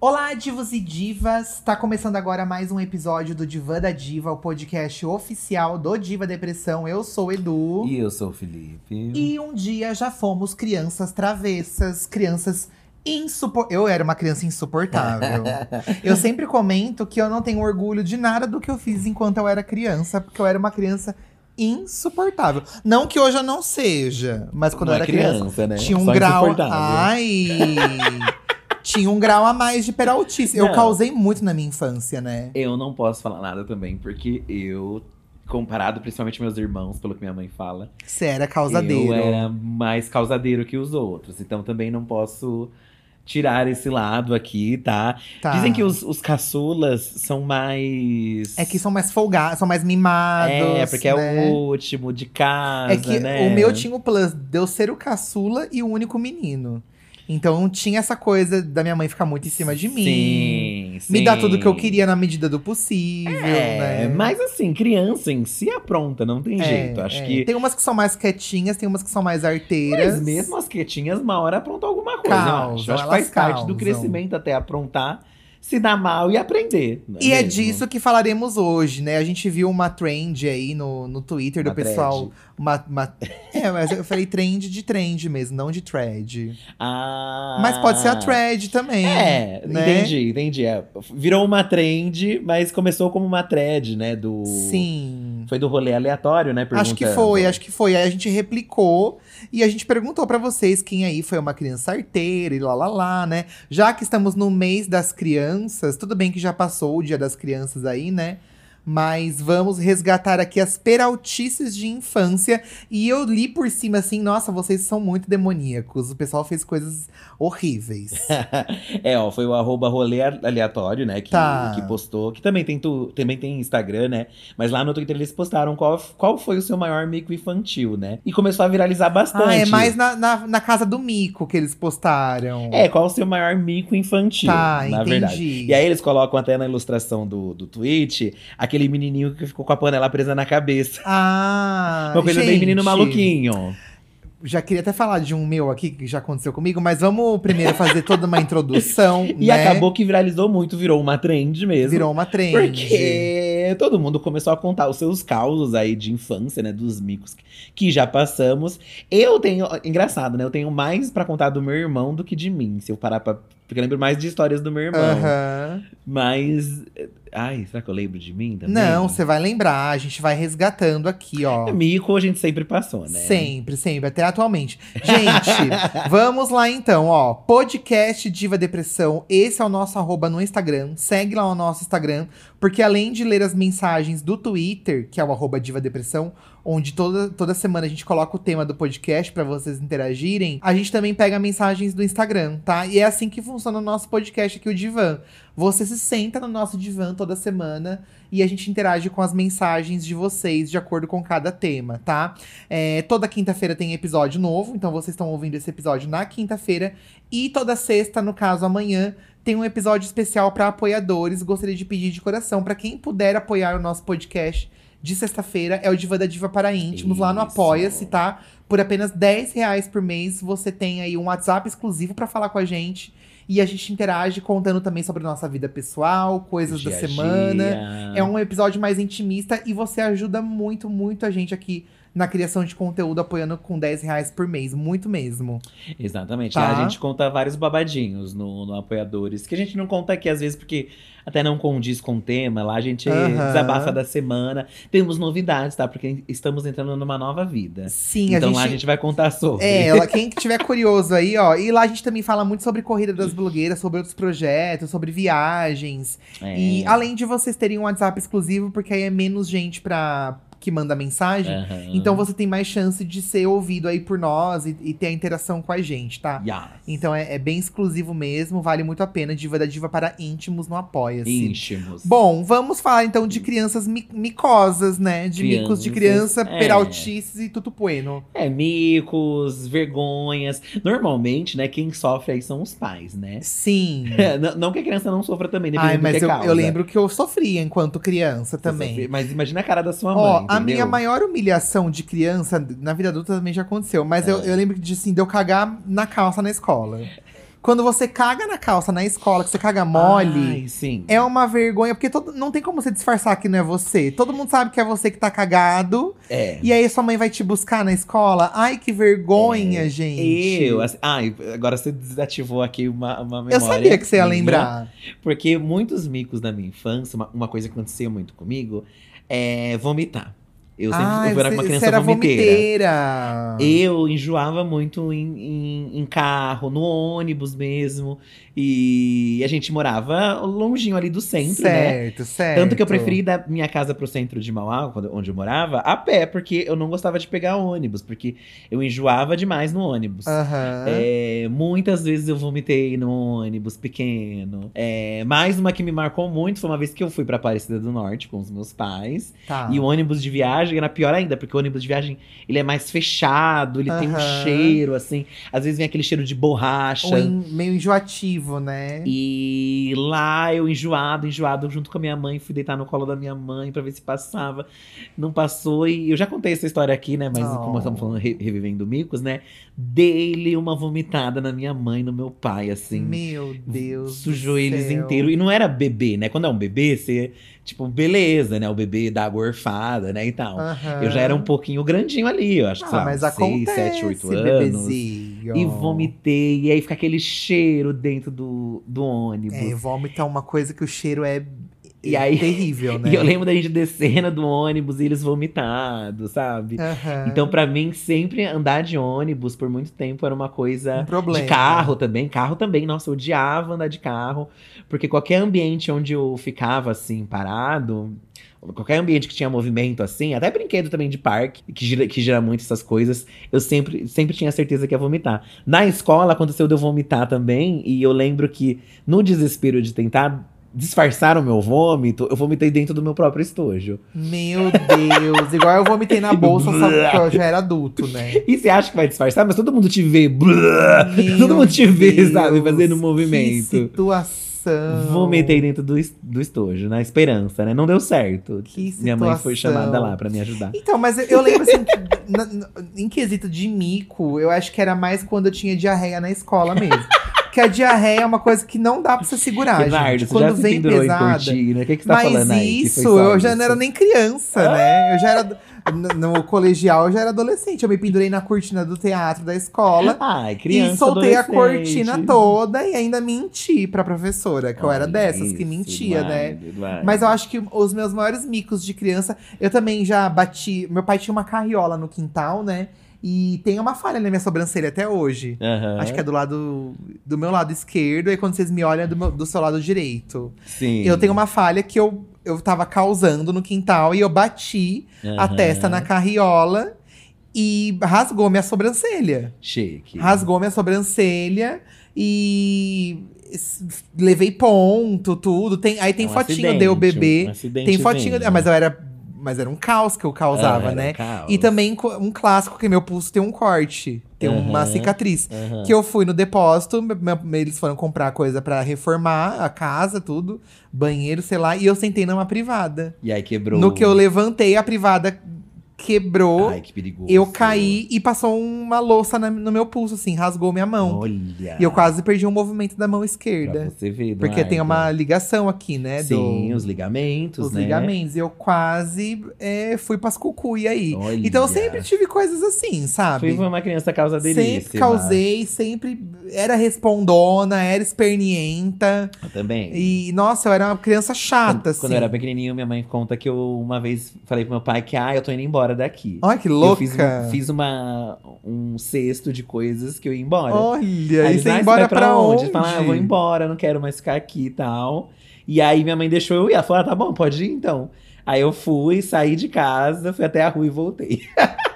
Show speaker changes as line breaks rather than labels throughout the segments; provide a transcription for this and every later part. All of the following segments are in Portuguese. Olá, divos e divas! Tá começando agora mais um episódio do Divã da Diva, o podcast oficial do Diva Depressão. Eu sou o Edu.
E eu sou o Felipe.
E um dia já fomos crianças travessas, crianças insuportáveis. Eu era uma criança insuportável. eu sempre comento que eu não tenho orgulho de nada do que eu fiz enquanto eu era criança, porque eu era uma criança insuportável. Não que hoje eu não seja, mas quando
Não
eu
é
era criança,
criança, né?
tinha um
Só
grau.
insuportável.
Ai! tinha um grau a mais de peraltice. Eu
Não.
causei muito na minha infância, né?
Eu não posso falar nada também, porque eu, comparado principalmente meus irmãos, pelo que minha mãe fala,
Você era causadeiro.
eu era mais causadeiro que os outros. Então também não posso tirar esse lado aqui, tá?
Tá.
Dizem que os, os caçulas são mais.
É que são mais folgados, são mais mimados.
É, porque
né?
é o último de casa.
É que
né?
o meu tinha o plus de eu ser o caçula e o único menino. Então tinha essa coisa da minha mãe ficar muito em cima de mim.
Sim, sim.
Me dar tudo que eu queria na medida do possível,
É,
né?
mas assim, criança em si apronta, não tem
É,
jeito. Acho
é.
que
Tem umas que são mais quietinhas, tem umas que são mais arteiras.
Mas mesmo as quietinhas, uma hora aprontam alguma coisa. eu acho.
Causam,
Eu acho que
elas
faz parte
causam.
do crescimento até aprontar, se dar mal e aprender. não
E é
mesmo?
disso que falaremos hoje, né? A gente viu uma trend aí no, no Twitter do
Uma
pessoal. Uma, uma- É, mas eu falei trend de trend mesmo, não de thread.
Ah,
Mas pode ser a thread também.
É,
né?
entendi, entendi. É, virou uma trend, mas começou como uma thread, né? Do...
Sim.
Foi do rolê aleatório, né?
Acho que foi, acho que foi. Aí a gente replicou e a gente perguntou pra vocês quem aí foi uma criança arteira e lá lá lá, né? Já que estamos no mês das crianças, tudo bem que já passou o dia das crianças aí, né? Mas vamos resgatar aqui as peraltices de infância. E eu li por cima assim, nossa, vocês são muito demoníacos. O pessoal fez coisas horríveis.
é, ó, foi o arroba rolê aleatório, né? Que,
Tá.
que postou. Que também tem, tu, também tem Instagram, né? Mas lá no Twitter eles postaram qual, qual foi o seu maior mico infantil, né? E começou a viralizar bastante.
ah, é mais na, na, na casa do mico que eles postaram.
É, qual o seu maior mico infantil,
tá,
na
entendi.
verdade. E aí eles colocam até na ilustração do, do tweet aquele menininho que ficou com a panela presa na cabeça.
Ah,
Uma coisa bem
gente.
menino maluquinho.
Já queria até falar de um meu aqui que já aconteceu comigo, mas vamos primeiro fazer toda uma introdução.
E
né?
acabou que viralizou muito, virou uma trend mesmo.
Virou uma trend.
Porque todo mundo começou a contar os seus causos aí de infância, né? Dos micos que já passamos. Eu tenho. Engraçado, né? Eu tenho mais pra contar do meu irmão do que de mim. Se eu parar pra. Porque eu lembro mais de histórias do meu irmão.
Aham.
Mas. Ai, será que eu lembro de mim também?
Não, você vai lembrar, a gente vai resgatando aqui, ó.
É um Mico a gente sempre passou, né?
Sempre, sempre, até atualmente. Gente, vamos lá então, ó. Podcast Diva Depressão, esse é o nosso arroba no Instagram. Segue lá o nosso Instagram, porque além de ler as mensagens do Twitter, que é o arroba Diva Depressão, onde toda, toda semana a gente coloca o tema do podcast pra vocês interagirem, a gente também pega mensagens do Instagram, tá? E é assim que funciona o nosso podcast aqui, o Divan. Você se senta no nosso divã toda semana e a gente interage com as mensagens de vocês de acordo com cada tema, tá? É, toda quinta-feira tem episódio novo, então vocês estão ouvindo esse episódio na quinta-feira. E toda sexta, no caso amanhã, tem um episódio especial para apoiadores. Gostaria de pedir de coração para quem puder apoiar o nosso podcast de sexta-feira, é o Diva da Diva para íntimos, lá no
Isso.
Apoia-se, tá? Por apenas 10 reais por mês, você tem aí um WhatsApp exclusivo para falar com a gente. E a gente interage contando também sobre a nossa vida pessoal, coisas da
Dia a
semana.
dia.
um É um episódio mais intimista e você ajuda muito, muito a gente aqui na criação de conteúdo apoiando com 10 reais por mês. Muito mesmo.
Exatamente.
Tá.
Lá a gente conta vários babadinhos no, no Apoiadores, que a gente não conta aqui às vezes porque até não condiz com o tema. Lá a gente
Aham.
desabafa da semana. Temos novidades, tá? Porque estamos entrando numa nova vida.
Sim,
então
a gente.
lá a gente vai contar sobre.
É, ela- quem tiver curioso aí, ó. E lá a gente também fala muito sobre corrida das blogueiras, sobre outros projetos, sobre viagens.
É.
E além de vocês terem um WhatsApp exclusivo, porque aí é menos gente pra, que manda mensagem.
Aham.
Então você tem mais chance de ser ouvido aí por nós e, e ter a interação com a gente, tá?
Yes.
Então é, é bem exclusivo mesmo, vale muito a pena. Diva da Diva para íntimos no Apoia-se.
íntimos.
assim, Bom, vamos falar então de crianças mi- micosas, né? De micos de criança,
Crianças, é.
peraltices e tutupueno.
É, micos, vergonhas. Normalmente, né, quem sofre aí são os pais, né?
Sim.
não, não que a criança não sofra também, dependendo
Ai, mas
do que é
eu,
causa.
eu lembro que eu sofria enquanto criança
Você
também.
sofre- Mas imagina a cara da sua mãe,
Ó, a
entendeu?
minha maior humilhação de criança, na vida adulta também já aconteceu, mas
É.
eu, eu lembro de, assim, de eu cagar na calça na escola. Quando você caga na calça na escola, que você caga é mole,
Ai, sim.
é uma vergonha, porque todo, não tem como você disfarçar que não é você. Todo mundo sabe que é você que tá cagado,
É.
e aí sua mãe vai te buscar na escola. Ai, que vergonha, gente.
É, Eu, assim, ai, agora você desativou aqui uma, uma memória.
Eu sabia que você ia
minha,
lembrar.
Porque muitos micos na minha infância, uma, uma coisa que acontecia muito comigo, é vomitar. Eu sempre
Ai,
eu era
Ah,
uma
você-
criança
você era
vomiteira.
vomiteira.
Eu enjoava muito em, em- em carro, no ônibus mesmo. E a gente morava longinho ali do centro, né?
certo, certo.
Tanto que eu preferi ir da minha casa pro centro de Mauá, quando- onde eu morava, a pé, porque eu não gostava de pegar ônibus, porque eu enjoava demais no ônibus.
Aham.
É, muitas vezes eu vomitei no ônibus pequeno. É, mais uma que me marcou muito foi uma vez que eu fui pra Aparecida do Norte com os meus pais.
Tá.
E o ônibus de viagem era pior ainda, porque o ônibus de viagem ele é mais fechado, ele tem um
Aham.
cheiro, assim. Às vezes vem aquele cheiro de borracha.
Ou em- meio enjoativo, né?
E lá eu enjoado, enjoado, junto com a minha mãe, fui deitar no colo da minha mãe pra ver se passava. Não passou, e eu já contei essa história aqui, né? Mas
Oh.
como estamos falando, re- revivendo micos, né? Dei-lhe uma vomitada na minha mãe, e no meu pai, assim.
Meu Deus.
Sujou
do
eles
céu.
inteiro. E não era bebê, né? Quando é um bebê, você, tipo, beleza, né? O bebê dá água orfada, né? E tal.
Aham.
Eu já era um pouquinho grandinho ali, eu acho que
Ah,
sei lá,
mas
uns seis,
acontece,
sete, oito anos.
bebezinho.
E vomitei, e aí fica aquele cheiro dentro do, do ônibus.
É, vômito é uma coisa que o cheiro é,
E
é
aí-
terrível, né?
E eu lembro da gente descendo do ônibus e eles vomitados, sabe?
Aham.
Então, pra mim, sempre andar de ônibus por muito tempo era uma
um
coisa.
problema.
De carro também, carro também. Nossa, eu odiava andar de carro, porque qualquer ambiente onde eu ficava assim, parado, qualquer ambiente que tinha movimento assim, até brinquedo também de parque, que gira, que gira muito essas coisas, eu sempre, sempre tinha certeza que ia vomitar. Na escola aconteceu de eu vomitar também, e eu lembro que no desespero de tentar. Disfarçar o meu vômito, eu vomitei dentro do meu próprio estojo.
Meu Deus. Igual eu vomitei na bolsa, só que eu já era adulto, né?
E você acha que vai disfarçar, mas todo mundo te vê. blá,
Meu
todo mundo te vê, sabe,
Deus,
fazendo movimento.
Que situação.
Vomitei dentro do, es- do estojo, na esperança, né? Não deu certo.
Que
Minha mãe foi
situação.
chamada lá pra me ajudar.
Então, mas eu, eu lembro assim, que na- na- em quesito de mico, eu acho que era mais quando eu tinha diarreia na escola mesmo. Porque a diarreia é uma coisa que não dá pra você segurar,
Eduardo,
gente.
você já
Quando
se
vem
pendurou em
pesada.
cortina. O que, que você tá
Mas
falando aí? que foi
isso,
só
eu já
isso?
não era nem criança, né? Eu já era. No, no colegial, eu já era adolescente. Eu me pendurei na cortina do teatro da escola.
Ai, criança,
e soltei a
adolescente.
cortina toda e ainda menti pra professora, que eu era
Olha
dessas, que
isso,
mentia, né?
Eduardo, Eduardo.
Mas eu acho que os meus maiores micos de criança, eu também já bati. Meu pai tinha uma carriola no quintal, né? E tem uma falha na minha sobrancelha até hoje.
Aham,
Acho que é do lado do meu lado esquerdo, e quando vocês me olham é do, meu- do seu lado direito.
Sim.
Eu tenho uma falha que eu, eu tava causando no quintal e eu bati a
Aham.
testa na carriola e rasgou minha sobrancelha.
Chique.
Rasgou minha sobrancelha e s- levei ponto, tudo. Tem, aí tem
É um
fotinho
acidente,
de eu bebê.
um acidente
tem fotinho.
vem.
Ah, mas eu era. Mas era um caos que eu causava,
Ah, era
né?
um caos.
E também co- um clássico que meu pulso tem um corte, tem uma
Aham.
cicatriz.
Aham.
Que eu fui no depósito, me- me- eles foram comprar coisa pra reformar a casa, tudo, banheiro, sei lá, e eu sentei numa privada.
E aí quebrou.
No que eu levantei, a privada quebrou.
Ai, que perigoso.
eu caí e passou uma louça na- no meu pulso, assim, rasgou minha mão.
Olha.
E eu quase perdi o movimento da mão
Pra
esquerda.
você ver, não
Porque
é?
tem uma ligação aqui, né? do-
Sim, os ligamentos,
os
né?
ligamentos. E eu quase é, fui pras cucuia aí.
Olha.
Então eu sempre tive coisas assim, sabe?
Fui uma criança causadeiríssima.
Sempre causei, sempre era respondona, era espernienta.
Eu também.
E, nossa, eu era uma criança
Quando-
chata,
quando,
assim.
eu era pequenininho, minha mãe conta que eu uma vez falei pro meu pai que, ah, eu tô indo embora daqui.
Olha que
Eu
louca.
fiz, fiz uma, um cesto de coisas que eu ia embora.
Olha,
Aí
e
eles,
você
"Ah,
ia embora pra, onde?
Eu falei, ah, eu vou embora, não quero mais ficar aqui e tal. E aí minha mãe deixou eu ir. Ela falou, ah, tá bom, pode ir então. Aí eu fui, saí de casa, fui até a rua e voltei.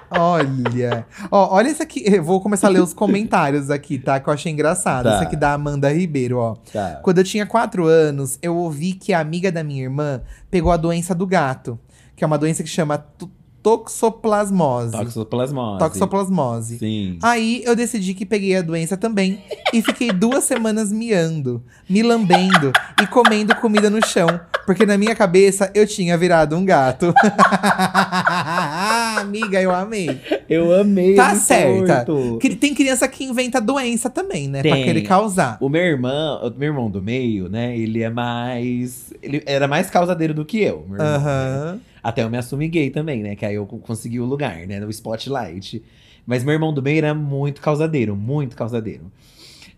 Olha. Ó, olha isso aqui. Eu vou começar a ler os comentários aqui, tá? Que eu achei engraçado.
Tá.
Isso aqui da Amanda Ribeiro, ó.
Tá.
Quando eu tinha 4 anos, eu ouvi que a amiga da minha irmã pegou a doença do gato, que é uma doença que chama to- toxoplasmose.
Toxoplasmose.
Toxoplasmose.
Sim.
Aí eu decidi que peguei a doença também e fiquei duas semanas miando, me lambendo e comendo comida no chão, porque na minha cabeça eu tinha virado um gato. Amiga, eu amei.
Eu amei.
Tá
esse
certa.
surto.
Que- Tem criança que inventa doença também, né? Pra
Tem.
querer causar.
O meu irmão, o meu irmão do meio, né? Ele é mais. Ele era mais causadeiro do que eu. meu irmão, né?
Aham.
Até eu me assumi gay também, né? Que aí eu co- consegui o lugar, né? No spotlight. Mas meu irmão do meio era muito causadeiro, muito causadeiro.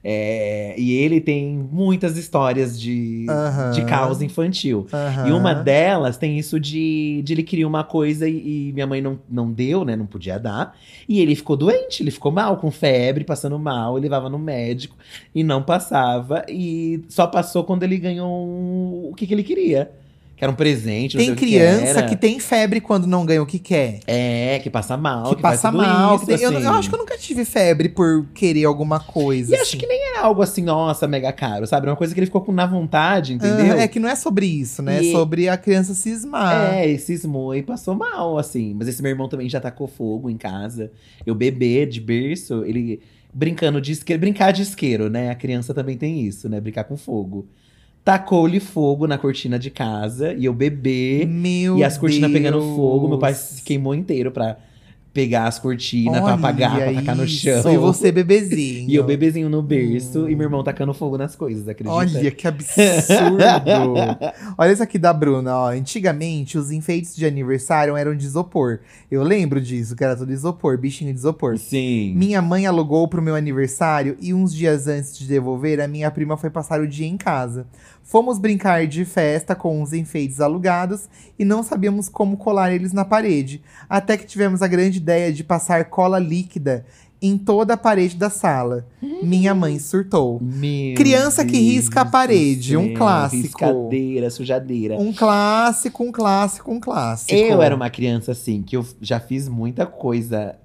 É, e ele tem muitas histórias de,
Aham.
né? de causa infantil.
aham.
E uma delas tem isso de, de ele queria uma coisa e, e minha mãe não, não deu, né? Não podia dar. E ele ficou doente, ele ficou mal, com febre, passando mal. Ele levava no médico e não passava. E só passou quando ele ganhou um- o que, que ele queria. Que era um presente, não
Tem
sei o que
criança
era.
que, tem febre quando não ganha o que quer.
É, que passa mal.
que,
faz
passa
tudo
mal.
isso,
que tem- eu,
assim.
eu acho que eu nunca tive febre por querer alguma coisa.
E acho que nem era algo assim, nossa, mega caro, sabe? Era uma coisa que ele ficou com na vontade, entendeu?
Aham, É que não é sobre isso, né?
E-
É sobre a criança cismar.
É, e cismou e passou mal, assim. Mas esse meu irmão também já tacou fogo em casa. Eu bebê de berço, ele brincando de isqueiro. Brincar de isqueiro, né? A criança também tem isso, né? Brincar com fogo. Tacou-lhe fogo na cortina de casa e eu bebê.
Meu
É. e as cortinas
Deus.
pegando fogo. Meu pai se queimou inteiro pra pegar as cortinas, pra
Olha
apagar, pra tacar no
isso,
chão.
E você, bebezinho.
E eu bebezinho no berço
Hum.
e meu irmão tacando fogo nas coisas, acredita?
Olha que absurdo! Olha isso aqui da Bruna, ó. Antigamente, os enfeites de aniversário eram de isopor. Eu lembro disso, que era tudo isopor, bichinho de isopor.
Sim.
Minha mãe alugou pro meu aniversário e uns dias antes de devolver, a minha prima foi passar o dia em casa. Fomos brincar de festa com uns enfeites alugados e não sabíamos como colar eles na parede. Até que tivemos a grande ideia de passar cola líquida em toda a parede da sala.
Uhum.
Minha mãe surtou.
Meu
Criança que
Deus
risca a
do
parede, um clássico.
Riscadeira, sujadeira.
Um clássico, um clássico, um clássico.
Eu era uma criança assim, que eu já fiz muita coisa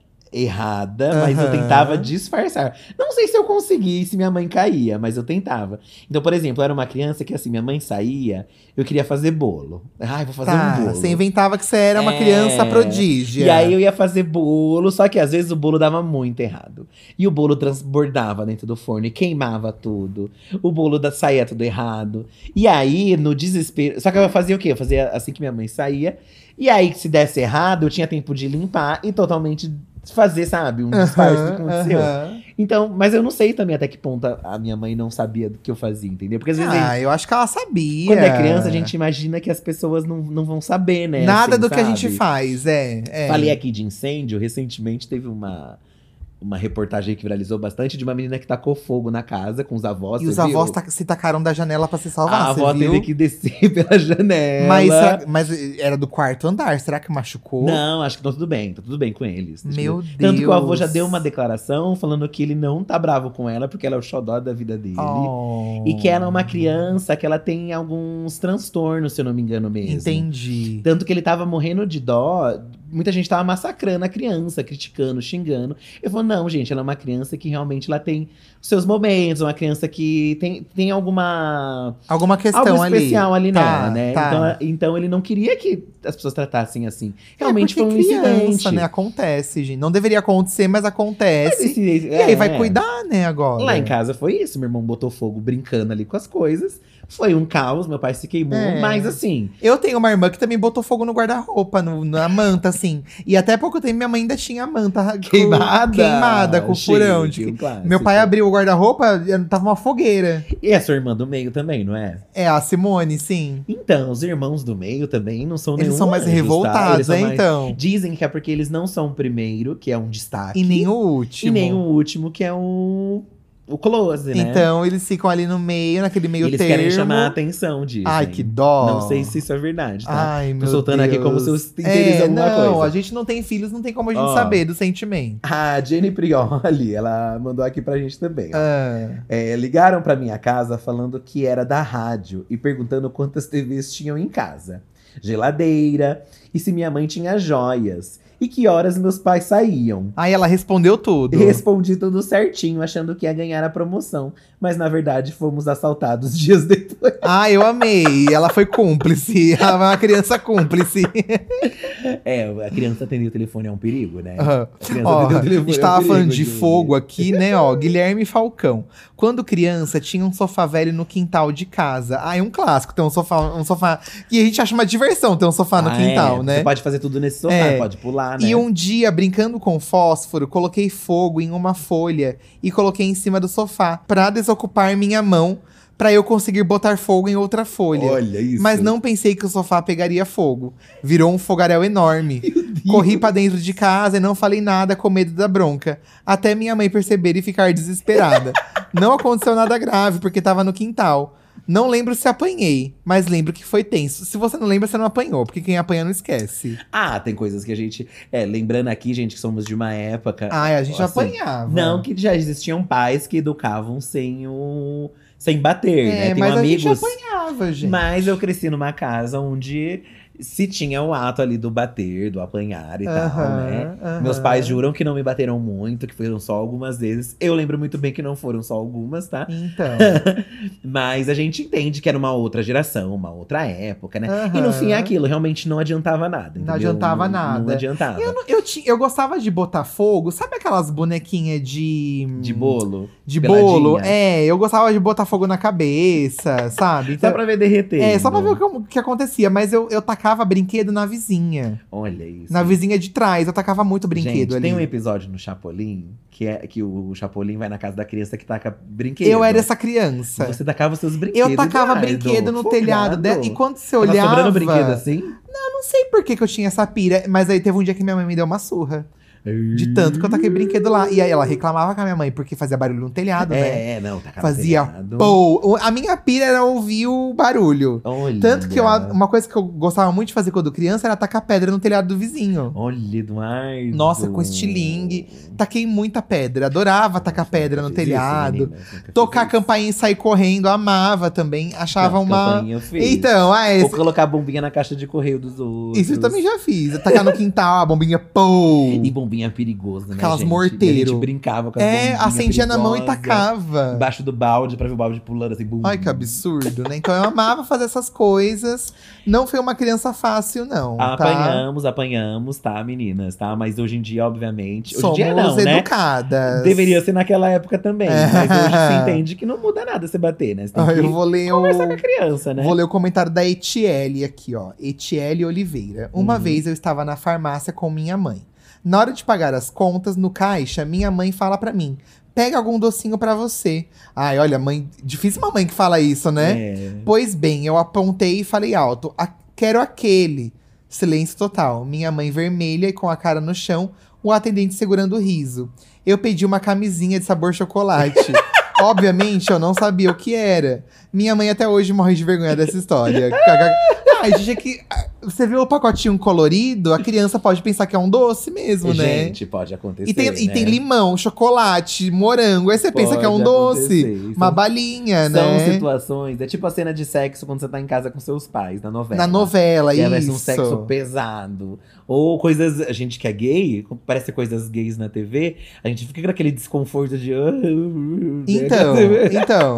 errada, mas eu
Aham.
tentava disfarçar. Não sei se eu consegui, se minha mãe caía, mas eu tentava. Então, por exemplo, eu era uma criança que assim, minha mãe saía, eu queria fazer bolo. Ai, vou fazer
tá,
um bolo.
Você inventava que você era uma
É.
criança
E
prodígia.
aí eu ia fazer bolo, só que às vezes o bolo dava muito errado. E o bolo transbordava dentro do forno e queimava tudo. O bolo da, saía tudo errado. E aí, no desespero. Só que eu fazia o quê? Eu fazia assim que minha mãe saía. E aí, se desse errado, eu tinha tempo de limpar e totalmente fazer, sabe, um disfarce do que
Aham,
aconteceu.
aham.
Então, mas eu não sei também até que ponto a a minha mãe não sabia do que eu fazia, entendeu? Porque às vezes. a gente-
Ah, eu acho que ela sabia.
Quando é criança, a gente imagina que as pessoas não, não vão saber, né?
Nada
assim,
do que a gente
sabe?
faz, é. é.
Falei aqui de incêndio, recentemente teve uma, uma reportagem que viralizou bastante de uma menina que tacou fogo na casa com os avós.
e
você
os
viu?
avós ta- se tacaram da janela pra se salvar,
A
você
avó
viu?
teve que descer pela janela.
mas, será- mas era do quarto andar, será que machucou?
Não, acho que tá tudo bem, tá tudo bem com eles. tá tudo
Meu
bem.
Deus.
Tanto que o avô já deu uma declaração falando que ele não tá bravo com ela, porque ela é o xodó da vida dele.
Oh.
E que ela é uma criança, que ela tem alguns transtornos, se eu não me engano mesmo.
Oh, Entendi.
Tanto que ele tava morrendo de dó, muita gente tava massacrando a criança, criticando, xingando. Eu falo, não, gente, ela é uma criança que realmente ela tem os seus momentos, uma criança que tem, tem alguma.
Alguma questão
algo
ali.
especial ali,
Tá,
nela, né?
tá.
Então, ela- então ele não queria que as pessoas tratassem assim.
É,
Realmente foi
porque
um
criança,
incidente.
né? Acontece, gente. Não deveria acontecer, mas
Mas
acontece.
esse-
E aí
é.
vai cuidar, né, agora.
Lá em casa foi isso, meu irmão botou fogo brincando ali com as coisas. Foi um caos, meu pai se queimou,
É.
mas assim.
Eu tenho uma irmã que também botou fogo no guarda-roupa, no- na manta, assim. E até pouco tempo minha mãe ainda tinha a manta com-
Queimada!
queimada, com
Chique,
furão. de-
um clássico.
Meu pai abriu o guarda-roupa, eh, tava uma fogueira.
E a sua irmã do meio também, não é?
É, a Simone, sim.
Então, os irmãos do meio também não são
Eles
nenhum
são mais
anjos, tá? Eles
revoltados,
são
né,
mais-
então.
Dizem que é porque eles não são o primeiro, que é um destaque.
E nem o
e
último.
nem o último, que é o, o close, né?
Então, eles ficam ali no meio, naquele meio
eles
termo.
querem chamar a atenção disso.
Ai, que dó. Ah.
Não sei se isso é verdade, tá?
Ai, meu
Tô soltando aqui como se eu
Deus.
entendesse
é,
alguma
não,
coisa.
a gente não tem filhos, não tem como a gente
Ó.
saber do sentimento.
A Jenny Prioli, ela mandou aqui pra gente também. ó.
Ah,
É, ligaram pra minha casa falando que era da rádio e perguntando quantas TVs tinham em casa, geladeira e se minha mãe tinha joias e que horas meus pais saíam.
Aí ela respondeu tudo.
Respondi tudo certinho, achando que ia ganhar a promoção, mas na verdade fomos assaltados dias depois.
Ah, eu amei. Ela foi cúmplice. Ela é uma criança cúmplice.
É, a criança atender o telefone é um perigo, né?
Aham.
A criança
Ó,
atender o
a
telefone
gente
é um
tava
perigo
falando de
hoje em dia.
fogo aqui, né? Ó, Guilherme Falcão. Quando criança, tinha um sofá velho no quintal de casa. Ah, é um clássico ter um sofá, um sofá. E a gente acha uma diversão ter um sofá no
Ah,
quintal,
é,
né?
Você pode fazer tudo nesse sofá,
É.
pode pular, né?
E um dia, brincando com fósforo, coloquei fogo em uma folha e coloquei em cima do sofá pra desocupar minha mão pra eu conseguir botar fogo em outra folha.
Olha isso.
Mas não pensei que o sofá pegaria fogo. Virou um fogaréu enorme. Corri pra dentro de casa e não falei nada com medo da bronca. Até minha mãe perceber e ficar desesperada. não aconteceu nada grave, porque tava no quintal. Não lembro se apanhei, mas lembro que foi tenso. Se você não lembra, você não apanhou, porque quem apanha não esquece.
Ah, tem coisas que a gente. É, lembrando aqui, gente, que somos de uma época.
Ai, a gente
Assim,
apanhava.
Não, que já existiam pais que educavam sem o. sem bater, né?
É,
Tem
mas a
amigos.
gente apanhava, gente.
Mas eu cresci numa casa onde se tinha o ato ali do bater, do apanhar e tal,
Aham,
né?
aham.
Meus pais juram que não me bateram muito, que foram só algumas vezes. Eu lembro muito bem que não foram só algumas, tá?
Então.
Mas a gente entende que era uma outra geração, uma outra época, né? E no
Aham.
fim é aquilo, realmente não adiantava nada.
Não
entendeu?
adiantava
não, Não
nada.
adiantava.
Eu, não- eu, ti- eu gostava de botar fogo, sabe aquelas bonequinhas de.
De bolo.
De
peladinha.
bolo? É, eu gostava de botar fogo na cabeça, sabe?
Só
Então,
pra ver né? derreter.
é, só pra ver o que, o que acontecia, mas eu, eu tacava brinquedo na vizinha.
Olha isso.
Na vizinha de trás, eu tacava muito brinquedo
Gente,
ali.
Tem um episódio no Chapolin que é que o Chapolin vai na casa da criança que taca brinquedo.
Eu era essa criança.
Você tacava os seus brinquedos.
Eu tacava
Eduardo.
brinquedo no
Folgado.
telhado dela. E quando você
Tava
olhava.
sobrando brinquedo assim?
Não sei por que, que eu tinha essa pira, mas aí teve um dia que minha mãe me deu uma surra. De tanto que eu taquei brinquedo lá. E aí ela reclamava com a minha mãe, porque fazia barulho no telhado, né?
É, é, não, tacava no
Fazia
telhado.
Pô, o- a minha pira era ouvir o barulho.
Olha.
Tanto que eu- uma coisa que eu gostava muito de fazer quando criança era tacar pedra no telhado do vizinho.
Olha, Eduardo.
Nossa, com estilingue. Taquei muita pedra, adorava tacar pedra no
Nunca fiz isso,
telhado.
meninas, nunca fiz
Tocar a
isso.
campainha e sair correndo, amava também. Achava
Não,
uma.
campainha é eu fiz.
Então, ah,
Ou
esse,
colocar a bombinha na caixa de correio dos outros.
isso eu também já fiz. Tacar no quintal, a bombinha, pô!
E bombinha é perigosa, né,
Aquelas
gente?
morteiro.
E A gente brincava com as
É,
bombinhas
acendia na mão e
perigosas,
tacava.
Embaixo do balde, pra ver o balde pulando assim, bum.
Ai, que absurdo, né? Então eu amava fazer essas coisas. Não foi uma criança fácil, não. Tá?
Apanhamos, apanhamos, tá, meninas, tá? Mas hoje em dia, obviamente. Hoje em
Somos
dia não, né?
educadas.
Deveria ser naquela época também.
É.
Mas hoje se entende que não muda nada você bater, né? Você tem
Ah,
que
eu vou ler o.
conversar com a criança, né?
Vou ler o comentário da Etiele aqui, ó. Etiele Oliveira. Uma
Uhum.
vez eu estava na farmácia com minha mãe. Na hora de pagar as contas, no caixa, minha mãe fala pra mim: pega algum docinho pra você. Ai, olha, mãe. Difícil uma mãe que fala isso, né?
É.
Pois bem, eu apontei e falei alto: "A- quero aquele. Silêncio total. Minha mãe vermelha e com a cara no chão, o atendente segurando o riso. Eu pedi uma camisinha de sabor chocolate. Obviamente, eu não sabia o que era. Minha mãe até hoje morre de vergonha dessa história. Ai, gente, é que. ah, Você vê o pacotinho colorido, a criança pode pensar que é um doce mesmo, né?
Gente, pode acontecer.
E tem, e
né?
tem limão, chocolate, morango. Aí você pensa que é um
Pode
doce.
acontecer.
Uma
São-
balinha,
São
né?
situações. É tipo a cena de sexo quando você tá em casa com seus pais, na novela.
Na novela,
E
isso.
aí vai ser um sexo pesado. Ou coisas. A gente que é gay, parece coisas gays na TV, a gente fica com aquele desconforto de. "Ah, né,
Então, então.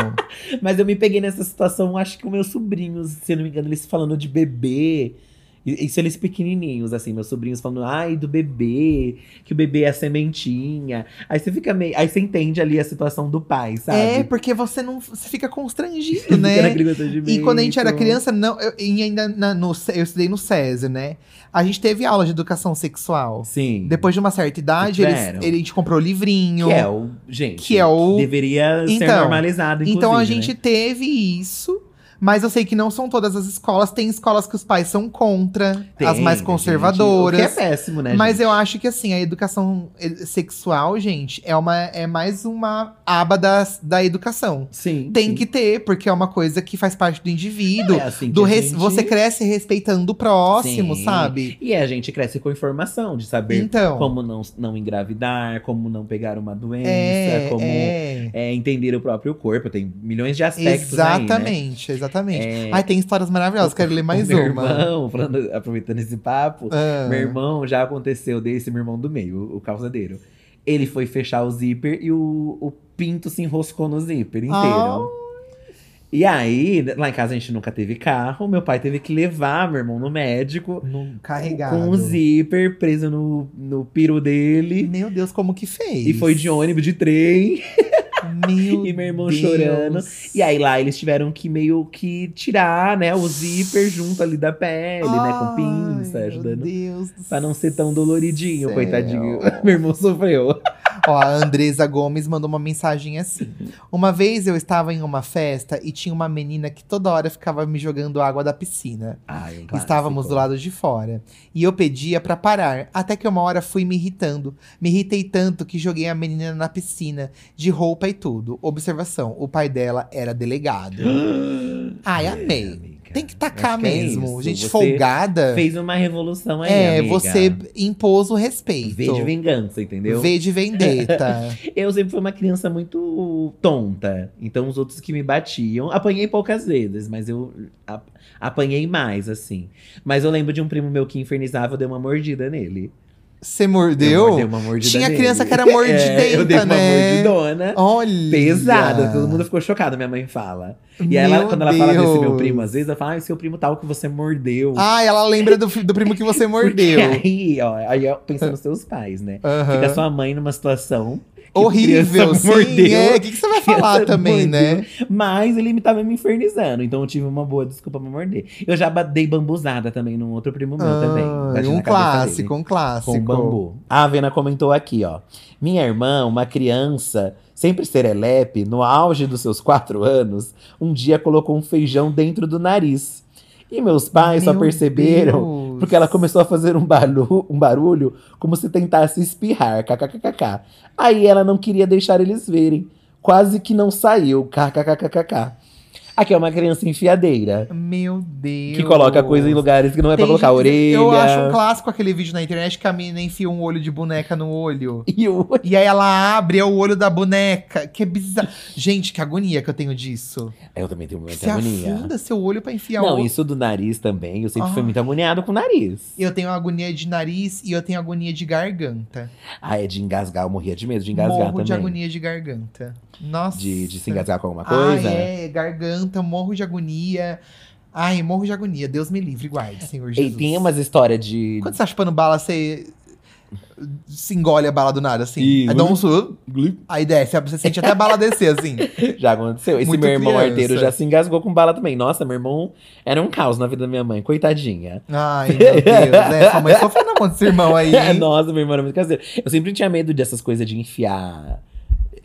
Mas eu me peguei nessa situação, acho que com meus sobrinhos, se eu não me engano, eles falando de bebê. E- Isso eles pequenininhos, assim, meus sobrinhos falando, ai, do bebê, que o bebê é a sementinha. Aí você fica meio. Aí você entende ali a situação do pai, sabe?
É, porque você não você fica constrangido,
Fica na
né?
gritação de
E quando a gente era
mico.
criança, não, eu, e ainda na- no, eu estudei no SESI, né? A gente teve aula de educação sexual.
Sim.
Depois de uma certa idade, eles,
Tiveram.
ele- a gente comprou livrinho.
Que é o. Gente.
Que é o-
Deveria ser
Então,
normalizado, inclusive.
então a
né?
gente teve isso. Mas eu sei que não são todas as escolas. Tem escolas que os pais são contra,
Tem,
as mais
gente,
conservadoras.
o que é péssimo, né?
Mas
gente?
eu acho que assim, a educação eh, sexual, gente, é, uma, é mais uma aba das, da educação.
é, Sim.
Tem
sim.
que ter, porque é uma coisa que faz parte do indivíduo.
É assim que
do
a
res-
gente-
Você cresce respeitando o próximo,
Sim.
sabe?
E a gente cresce com informação de saber
Então.
como não, não engravidar, como não pegar uma doença,
é,
como
é.
é, entender o próprio corpo. Tem milhões de aspectos aí, né?
Exatamente, exatamente.
É,
Ai, tem histórias maravilhosas, quero ler mais
o meu
uma.
irmão, falando- aproveitando esse papo,
Ah.
meu irmão já aconteceu desse, meu irmão do meio, o- o calçadeiro. Ele foi fechar o zíper e o, o pinto se enroscou no zíper inteiro. E aí, lá em casa a gente nunca teve carro, meu pai teve que levar meu irmão no médico.
Num carregado.
Com um zíper preso no, no piro dele.
Meu Deus, como que fez?
E foi de ônibus, de trem.
Meu
e meu irmão
Deus.
chorando. E aí lá eles tiveram que meio que tirar, né, o zíper junto ali da pele, né, com pinça,
Ai, Meu
ajudando.
Deus do
Pra não ser tão doloridinho,
céu.
coitadinho. Meu irmão sofreu.
Ó, a Andresa Gomes mandou uma mensagem assim. Uma vez eu estava em uma festa e tinha uma menina que toda hora ficava me jogando água da piscina.
Ai, um
Estávamos do
clássico.
lado de fora. E eu pedia pra parar, até que uma hora fui me irritando. Me irritei tanto que joguei a menina na piscina, de roupa e tudo. Observação: o pai dela era delegado. Ai,
É,
amei.
amiga.
Tem que
Acho
tacar
é
mesmo.
isso.
Gente
Você
folgada.
Fez uma revolução aí,
é,
amiga.
você impôs o respeito.
Vê de vingança, entendeu?
Vê de vendetta.
Eu sempre fui uma criança muito tonta. Então, os outros que me batiam. Apanhei poucas vezes, mas eu a- apanhei mais, assim. Mas eu lembro de um primo meu que infernizava, eu dei uma mordida nele.
Você
Eu dei
mordeu?
uma mordida
Tinha
nele.
criança que era mordidenta,
É, eu dei uma
né?
mordidona.
Olha.
Pesada, todo mundo ficou chocado, minha mãe fala. E aí ela,
Meu
quando ela fala desse meu
Deus.
primo, às vezes, ela fala, ah, seu primo tal que você mordeu.
Ah, ela lembra do, fi- do primo que você
Porque
mordeu.
Aí, ó, aí eu penso nos seus pais, né?
Aham.
Fica sua mãe numa situação
Horrível,
criança
sim.
mordeu.
É, o que, que você vai falar
Criança
também,
mordeu.
né?
Mas ele tava me infernizando, então eu tive uma boa desculpa pra morder. Eu já ba- dei bambuzada também num outro primo meu também.
Ah,
Bati na
um
cabeça
clássico,
dele.
um clássico.
Com bambu. A Avena comentou aqui, ó. Minha irmã, uma criança, sempre serelepe, no auge dos seus quatro anos, um dia colocou um feijão dentro do nariz. E meus pais só
Meu
perceberam
Deus.
porque ela começou a fazer um, barulho, um barulho como se tentasse espirrar, kkkk. Aí ela não queria deixar eles verem. Quase que não saiu, kkkk. Aqui é uma criança enfiadeira,
Meu Deus.
que coloca coisa em lugares que não é
Tem
pra colocar a
gente-
orelha.
Eu acho um clássico aquele vídeo na internet que a menina enfia um olho de boneca no olho.
E o...
E aí ela abre é o olho da boneca. Que bizarro. Gente, que agonia que eu tenho disso.
Eu também tenho muita
Você
agonia.
afunda seu olho pra enfiar o Ah.
Não,
olho.
isso do nariz também, eu sempre fui
Ai.
muito agoniado com o nariz.
Eu tenho agonia de nariz e eu tenho agonia de garganta.
Ah, é de engasgar, eu morria de medo de engasgar
morro
também.
de agonia de garganta. Nossa.
De, de se engasgar com alguma coisa.
Ah, é, garganta, morro de agonia. Ai, morro de agonia. Deus me livre, guarde, Senhor Jesus.
E tem umas histórias de.
Quando você tá chupando bala, você se engole a bala do nada, assim.
Ih,
aí dá um su- aí desce, você sente até a bala descer, assim.
Já aconteceu. Esse
Muito
meu irmão
criança.
arteiro já se engasgou com bala também. Nossa, meu irmão era um caos na vida da minha mãe, coitadinha.
Ai, meu Deus, né? Sua mãe sofrendo a mão desse irmão aí. hein?
Nossa, meu irmão era muito caseiro. Eu sempre tinha medo dessas coisas de enfiar.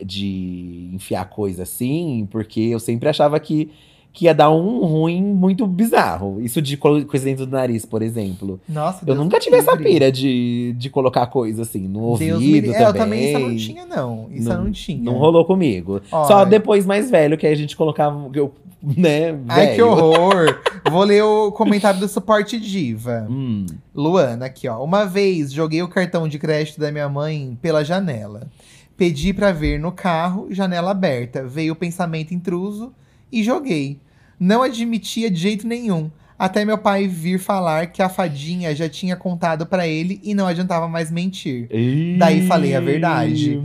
De enfiar coisa assim, porque eu sempre achava que, que ia dar um ruim muito bizarro. Isso de co- coisa dentro do nariz, por exemplo.
Nossa,
Eu
Deus
nunca
me
tive essa
livre.
pira de, de colocar coisa assim no ouvido
Deus me livre.
também.
É, eu também isso eu não tinha, não. Isso eu
Não-
não tinha.
Não rolou comigo.
Olha.
Só depois mais velho, que aí a gente colocava. Eu, né?
Ai, que
velho.
horror! Vou ler o comentário do suporte diva.
Hum.
Luana, aqui, ó. Uma vez joguei o cartão de crédito da minha mãe pela janela. Pedi pra ver no carro, janela aberta. Veio o pensamento intruso e joguei. Não admitia de jeito nenhum. Até meu pai vir falar que a fadinha já tinha contado pra ele e não adiantava mais mentir. Daí falei a verdade.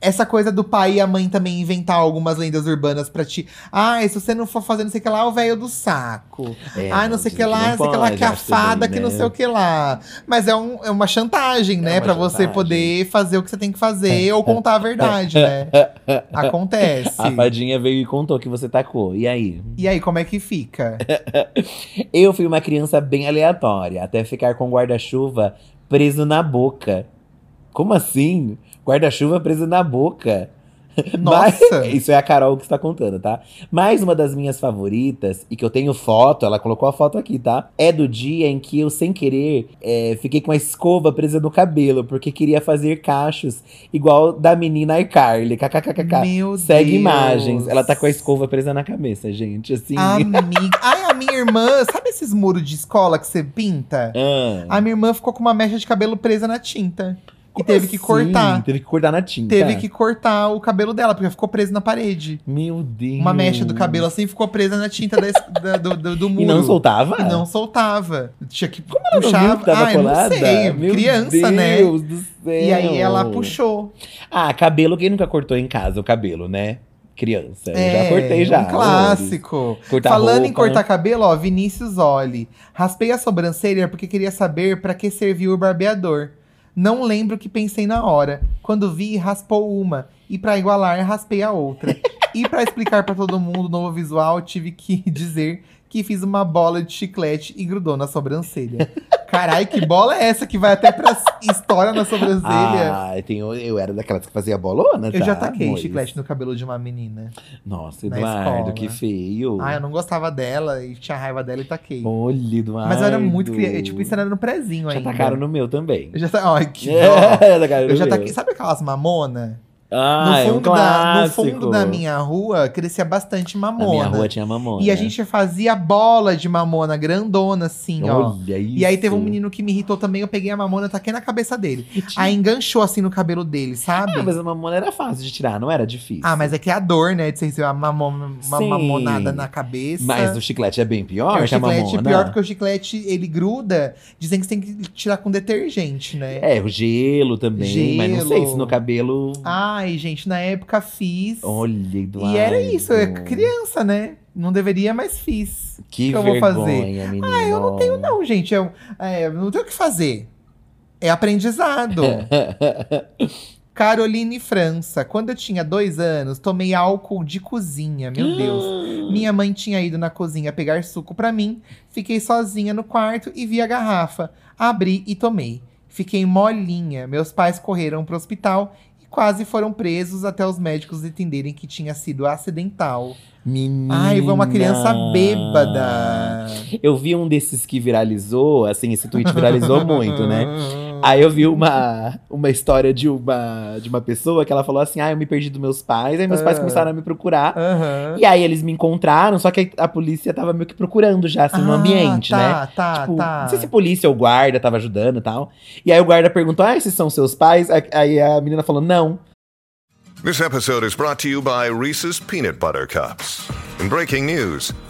Essa coisa do pai e a mãe também inventar algumas lendas urbanas pra ti. Ah, se você não for fazer não sei o que lá, o velho do saco.
É,
ah, não sei o que lá, não sei o que lá,
pode,
que a
acho também,
fada, que não
né?
sei o que lá. Mas é, um- é uma chantagem, né?
uma
pra você
chantagem. É.
poder fazer o que você tem que fazer ou contar a verdade, né? Acontece.
A fadinha veio e contou que você tacou. E aí?
E aí, como é que fica?
Eu fui uma criança bem aleatória, até ficar com o guarda-chuva preso na boca. Como assim? Guarda-chuva preso na boca? Mas-
Nossa!
isso é a Carol que está contando, tá? Mas uma das minhas favoritas, e que eu tenho foto, ela colocou a foto aqui, tá? É do dia em que eu, sem querer, é, fiquei com a escova presa no cabelo, porque queria fazer cachos igual da menina iCarly. KKKKK.
Meu
Segue
Deus. Ah,
imagens. Ela tá com a escova presa na cabeça, gente. Assim.
Amiga. Ai, a minha irmã, sabe esses muros de escola que você pinta?
Ah.
A minha irmã ficou com uma mecha de cabelo presa na tinta. E
Como
teve que
assim?
cortar.
Teve que cortar na tinta.
Teve que cortar o cabelo dela, porque ficou preso na parede.
Meu Deus.
Uma mecha do cabelo assim ficou presa na tinta da es- da- do, do, do muro.
E não soltava?
E não soltava. Tinha que
Ela não viu
puxar.
que tava
Ai,
colada?
não sei.
Meu
criança, né?
Deus do céu.
E aí ela puxou.
Ah, cabelo, quem nunca cortou em casa o cabelo, né? Criança. Eu
É,
já cortei já.
Um clássico.
horrores. Cortar
Falando em
roupa.
cortar cabelo, ó, Vinícius Oli. Raspei a sobrancelha porque queria saber pra que serviu o barbeador. Não lembro o que pensei na hora. Quando vi, raspou uma. E pra igualar, raspei a outra. e pra explicar pra todo mundo o novo visual, tive que dizer que fiz uma bola de chiclete e grudou na sobrancelha. Carai, que bola é essa que vai até pra história na sobrancelha?
Ah, eu, tenho- eu era daquelas que fazia bolona,
Eu já
tá,
taquei
amores?
chiclete no cabelo de uma menina.
Nossa,
na
Eduardo,
escola.
que feio.
Ah, eu não gostava dela e tinha raiva dela e taquei.
Olhe, Eduardo.
Mas eu era muito criança. Tipo, isso era no prezinho
Já
ainda.
tacaram no É, meu também.
Eu já tá... Ai, que dó.
tacaram
Eu já
no
tá
meu.
aqui. Sabe aquelas mamona?
Ah,
no,
é um
fundo da, no fundo
clássico.
da minha rua crescia bastante
Na minha
mamona.
rua tinha mamona.
e a gente fazia bola de mamona grandona, assim, ó.
Olha isso.
E aí teve um menino que me irritou também, eu peguei a mamona, taquei na cabeça dele. Aí enganchou assim no cabelo dele, sabe?
Ah, mas a mamona era fácil de tirar, não era difícil.
Ah, mas é que é a dor, né? De você receber uma, mamon- uma
Sim.
mamonada na cabeça.
Mas o chiclete é bem
É,
pior
o
que a
chiclete
mamona.
é pior porque o chiclete ele gruda. Dizem que você tem que tirar com detergente, né?
É, o gelo também, mas não sei
Gelo.
se no cabelo.
Ai, gente, na época fiz.
Olha, Eduardo.
e era isso, eu era criança, né? Não deveria, mas fiz.
Que
que eu vou
vergonha,
fazer?
menino. Ah, eu não tenho,
Não, gente, eu, é, não tem o que fazer. É aprendizado. Caroline França. Quando eu tinha dois anos, tomei álcool de cozinha, meu Deus. Minha mãe tinha ido na cozinha pegar suco pra mim. Fiquei sozinha no quarto e vi a garrafa. Abri e tomei. Fiquei molinha. Meus pais correram pro hospital e quase foram presos até os médicos entenderem que tinha sido acidental.
Menina.
Ai, foi uma criança bêbada.
Eu vi um desses que viralizou, assim, esse tweet viralizou muito, né? Aí eu vi uma, uma história de uma, de uma pessoa que ela falou assim: Ah, eu me perdi dos meus pais. Aí meus pais
Ah.
começaram a me procurar.
Aham.
E aí eles me encontraram, só que a polícia tava meio que procurando já, assim, no
Ah,
ambiente,
tá,
né?
Tá,
Tipo,
tá.
não sei se polícia ou guarda tava ajudando e tal. E aí o guarda perguntou: Ah, esses são seus pais? Aí- Aí a menina falou: Não.
This episode is brought to you by Reese's Peanut Butter Cups. In breaking news,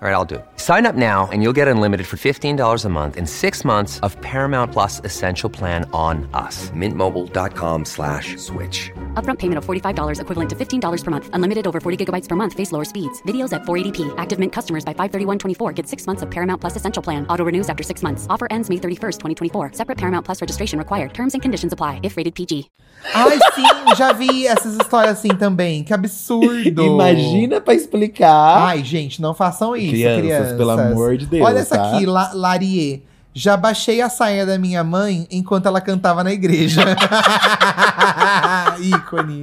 All right, I'll do. it. Sign up now and you'll get unlimited for $15 a month and six months of Paramount Plus Essential Plan on us. Mintmobile.com slash switch.
Upfront payment of $45 equivalent to $15 per month. Unlimited over 40 gigabytes per month. Face lower speeds. Videos at 480p. Active Mint customers by 531.24 get six months of Paramount Plus Essential Plan. Auto renews after six months. Offer ends May 31st, 2024. Separate Paramount Plus registration required. Terms and conditions apply if rated PG.
Ai, sim, já vi essas histórias assim também. Que absurdo.
Imagina pra explicar.
Ai, gente, não façam isso,
Ah? Crianças,
crianças.
pelo amor de Deus,
Olha essa
tá?
aqui, La Larie. Já baixei a saia da minha mãe enquanto ela cantava na igreja. Ícone.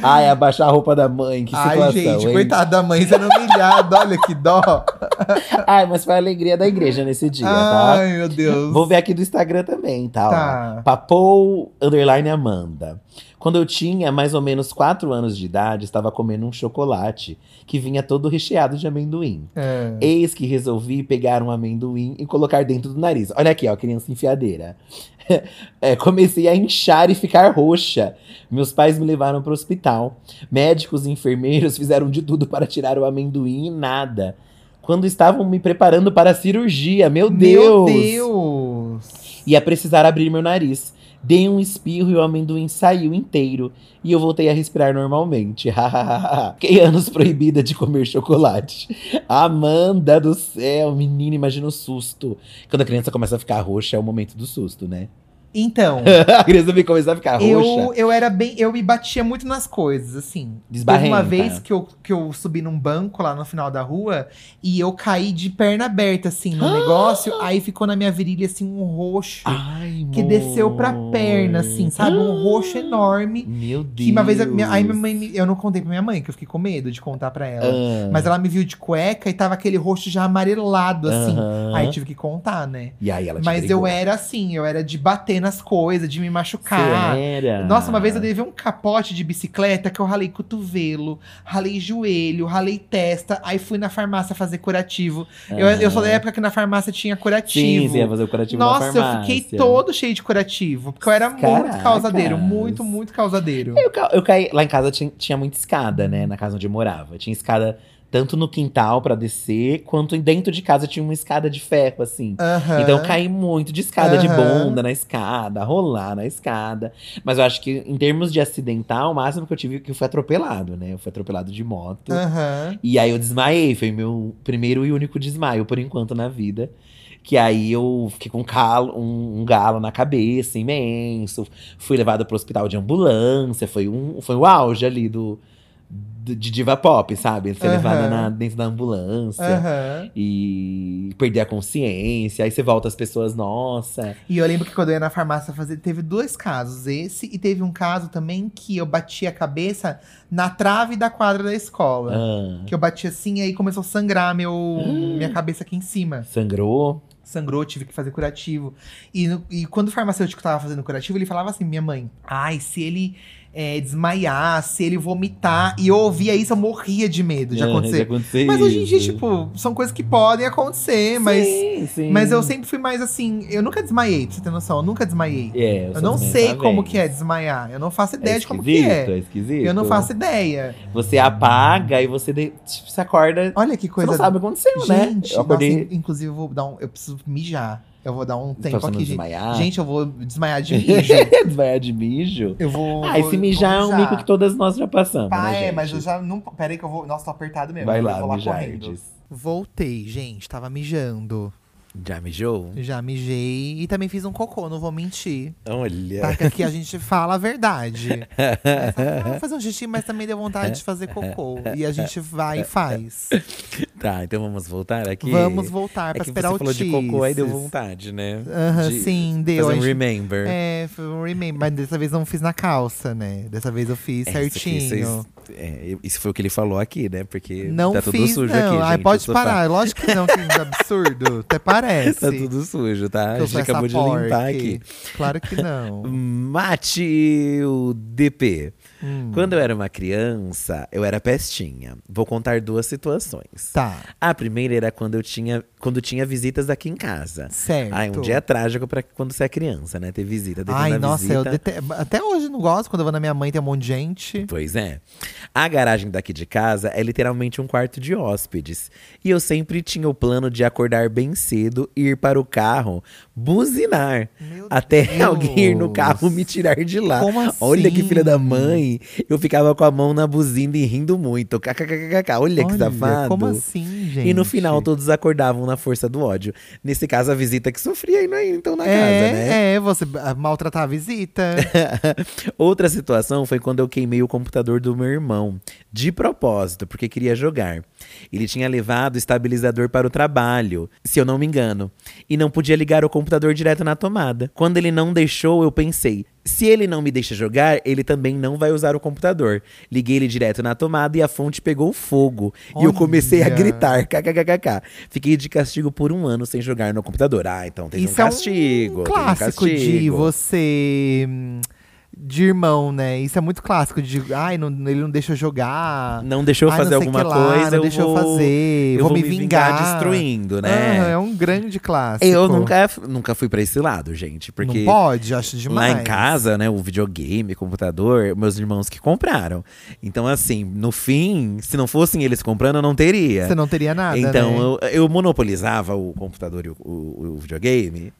Ai, abaixar a roupa da mãe, que situação.
Ai, gente,
hein?
coitada da mãe sendo humilhada. Olha que dó.
Ai, mas foi a alegria da igreja nesse dia, tá?
Ai, meu Deus.
Vou ver aqui do Instagram também, tá?
Tá.
Ó, Papou, underline Amanda. Quando eu tinha mais ou menos 4 anos de idade, estava comendo um chocolate que vinha todo recheado de amendoim.
É.
Eis que resolvi pegar um amendoim e colocar dentro do nariz. Olha aqui, ó, criança enfiadeira. É, comecei a inchar e ficar roxa. Meus pais me levaram para o hospital. Médicos e enfermeiros fizeram de tudo para tirar o amendoim e nada. Quando estavam me preparando para a cirurgia, meu
Meu
Deus!
Deus!
Ia precisar abrir meu nariz. Dei um espirro e o amendoim saiu inteiro. E eu voltei a respirar normalmente. Fiquei anos proibida de comer chocolate. Amanda do céu, menina, imagina o susto. Quando a criança começa a ficar roxa, é o momento do susto, né?
Então,
A criança me- começa a ficar roxa.
eu, eu era bem. Eu me batia muito nas coisas, assim. Teve
Desbarrenta.
uma vez que eu, que eu subi num banco lá no final da rua e eu caí de perna aberta, assim, no negócio. Aí ficou na minha virilha, assim, um roxo
Ai,
que desceu pra
mãe.
perna, assim, sabe? Um roxo enorme.
Meu Deus.
Que uma vez. a minha- aí minha mãe. me- Eu não contei pra minha mãe, que eu fiquei com medo de contar pra ela.
Ah,
Mas ela me viu de cueca e tava aquele rosto já amarelado, assim.
aham.
Aí tive que contar, né?
E aí ela te
Mas eu
brigou.
era assim, eu era de bater nas coisas, de me machucar.
Você era?
Nossa, uma vez eu levei um capote de bicicleta que eu ralei cotovelo, ralei joelho, ralei testa, aí fui na farmácia fazer curativo. Eu, eu sou da época que na farmácia tinha curativo.
Sim, é, você ia fazer o curativo na
Nossa, eu fiquei
farmácia.
todo cheio de curativo. Porque eu era muito
Caracas.
causadeiro, muito, muito causadeiro.
Eu, ca- eu caí. Lá em casa tinha, tinha muita escada, né? Na casa onde eu morava. Tinha escada tanto no quintal pra descer, quanto em- dentro de casa tinha uma escada de ferro, assim.
Aham.
Então eu caí muito de escada, de
Aham.
bunda na escada, rolar na escada. Mas eu acho que em termos de acidental, o máximo que eu tive é que eu fui atropelado, né? Eu fui atropelado de moto.
Aham.
E aí eu desmaiei, foi meu primeiro e único desmaio por enquanto na vida. Que aí eu fiquei com um, calo, um, um galo na cabeça imenso, fui levado pro hospital de ambulância, foi, um, foi o auge ali do, do- de diva pop, sabe? Ser
Aham.
levada na- dentro da ambulância.
Aham.
E perder a consciência, aí você volta as pessoas, nossa.
E eu lembro que quando eu ia na farmácia fazer, teve dois casos. Esse e teve um caso também que eu bati a cabeça na trave da quadra da escola.
ah,
Que eu bati assim e aí começou a sangrar meu,
Hum.
minha cabeça aqui em cima.
sangrou.
Sangrou, tive que fazer curativo. E, no- e quando o farmacêutico tava fazendo curativo, ele falava assim: minha mãe, ai, se ele eh, desmaiar, se ele vomitar. E eu ouvia isso, eu morria de medo de
Ah,
acontecer.
acontecer
Mas hoje em dia,
isso.
tipo, são coisas que podem acontecer, mas.
Sim, sim.
Mas eu sempre fui mais assim. Eu nunca desmaiei, pra você ter noção, eu nunca desmaiei.
É, eu,
Eu
sou
não
também,
sei
tá
como
vendo?
que é desmaiar. Eu não faço ideia de como que
esquisito,
é.
esquisito.
Eu não faço ideia.
Você apaga e você, de... tipo, você acorda.
Olha que
Você
coisa.
não sabe o que aconteceu, né?
Gente,
Eu acordei.
nossa, inclusive eu vou dar um. Eu preciso mijar. Eu vou dar um
Pra
tempo
você não
aqui, gente.
desmaiar.
Gente, eu vou desmaiar de mijo.
Desmaiar de mijo.
Eu vou.
ah, esse mijar é um mico que todas nós já passamos.
Ah,
né,
é,
gente?
mas eu já não. Peraí que eu vou. Nossa, tô apertado mesmo.
Vai
eu
lá,
vou
mijar.
correndo.
diz.
Voltei, gente. Tava mijando.
Já mijou?
Já mijei e também fiz um cocô, não vou mentir. Tá?
Olha.
Que aqui a gente fala a verdade. Mas, ah, vou fazer um xixi, mas também deu vontade de fazer cocô. E a gente
É,
vai e faz.
Tá, então vamos voltar aqui.
Vamos voltar
É
pra
que você
esperar o
falou de cocô, aí deu
Tisses.
vontade, né?
Aham,
De
sim, deu.
Fazer
A
um
gente-
remember.
É, foi um remake. Mas dessa vez eu não fiz na calça, né? Dessa vez eu fiz
É, isso aqui,
certinho.
vocês- é, isso foi o que ele falou aqui, né? Porque
Não
tá tudo
fiz,
sujo
não.
aqui, gente.
Ai,
o
pode
sofá.
parar. Lógico que não, que absurdo. Até parece.
Tá tudo sujo, tá?
que
A
eu
gente
sou essa
acabou de
porca.
limpar aqui.
Claro que não.
Mate o DP.
Hum.
Quando eu era uma criança, eu era pestinha. Vou contar duas situações.
Tá.
A primeira era quando eu tinha, quando tinha visitas aqui em casa.
Certo.
Ai, um dia é trágico pra quando você é criança, né? Ter visita. Ter
Ai,
tanta
nossa, eu
visita.
dete- até hoje eu não gosto quando eu vou na minha mãe tem um monte de gente.
Pois é. A garagem daqui de casa é literalmente um quarto de hóspedes. E eu sempre tinha o plano de acordar bem cedo, ir para o carro, buzinar.
Meu
até
Deus.
alguém ir no carro me tirar de lá.
Como
Olha que
assim?
filha da mãe. Eu ficava com a mão na buzina e rindo muito. KKKKK. Olha, que safado.
Como assim, gente?
E no final todos acordavam na força do ódio. Nesse caso, a visita que sofria e não é então na
é,
casa, né?
É, você ah, maltratar a visita.
Outra situação foi quando eu queimei o computador do meu irmão, de propósito, porque queria jogar. Ele tinha levado o estabilizador para o trabalho, se eu não me engano, e não podia ligar o computador direto na tomada. Quando ele não deixou, eu pensei: se ele não me deixa jogar, ele também não vai usar o computador. Liguei ele direto na tomada e a fonte pegou fogo. E eu comecei a
Olha.
gritar: kkkk. Fiquei de castigo por um ano sem jogar
é
no computador. Ah, então teve um
Isso é um
castigo. teve um
clássico de
castigo.
você hum, de irmão, né? Isso é muito clássico de, ai, não- ele não deixa eu jogar.
Não deixou eu
Ai,
fazer
não sei
alguma
que lá,
coisa,
não
eu
deixa eu
vou...
fazer,
eu
vou
vou,
me
me vingar.
vingar.
destruindo, né?
Aham, é um grande clássico.
Eu nunca, nunca fui pra esse lado, gente. Porque
Não pode, acho demais.
Lá em casa, né, o videogame, computador, meus irmãos que compraram. Então, assim, no fim, se não fossem eles comprando, eu não teria.
Você não teria nada,
então,
né?
eu, eu monopolizava o computador e o, o- o videogame.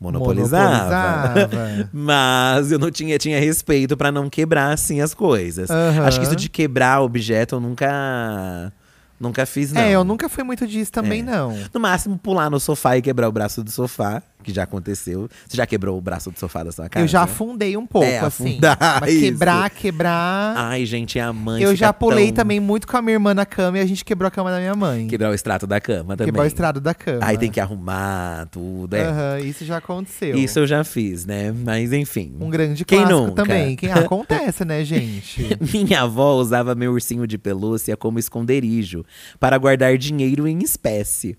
Monopolizava.
Monopolizava.
Mas eu não tinha, tinha respeito pra não quebrar, assim, as coisas.
Aham.
Acho que isso de quebrar objeto eu nunca. Nunca fiz, não.
É, eu nunca fui muito disso também,
É.
não.
No máximo, pular no sofá e quebrar o braço do sofá, que já aconteceu. Você já quebrou o braço do sofá da sua casa?
Eu já afundei um pouco,
É,
assim.
afundar,
Mas
isso.
quebrar, quebrar.
Ai, gente, a mãe.
eu
fica
já pulei
tão-
também muito com a minha irmã na cama e a gente quebrou a cama da minha mãe.
Quebrar o extrato da cama também.
Quebrar o estrado da cama.
Aí tem que arrumar tudo. É.
Aham, isso já aconteceu.
Isso eu já fiz, né? Mas enfim.
Um grande
Quem
clássico
nunca?
também. Quem acontece, né, gente?
Minha avó usava meu ursinho de pelúcia como esconderijo para guardar dinheiro em espécie.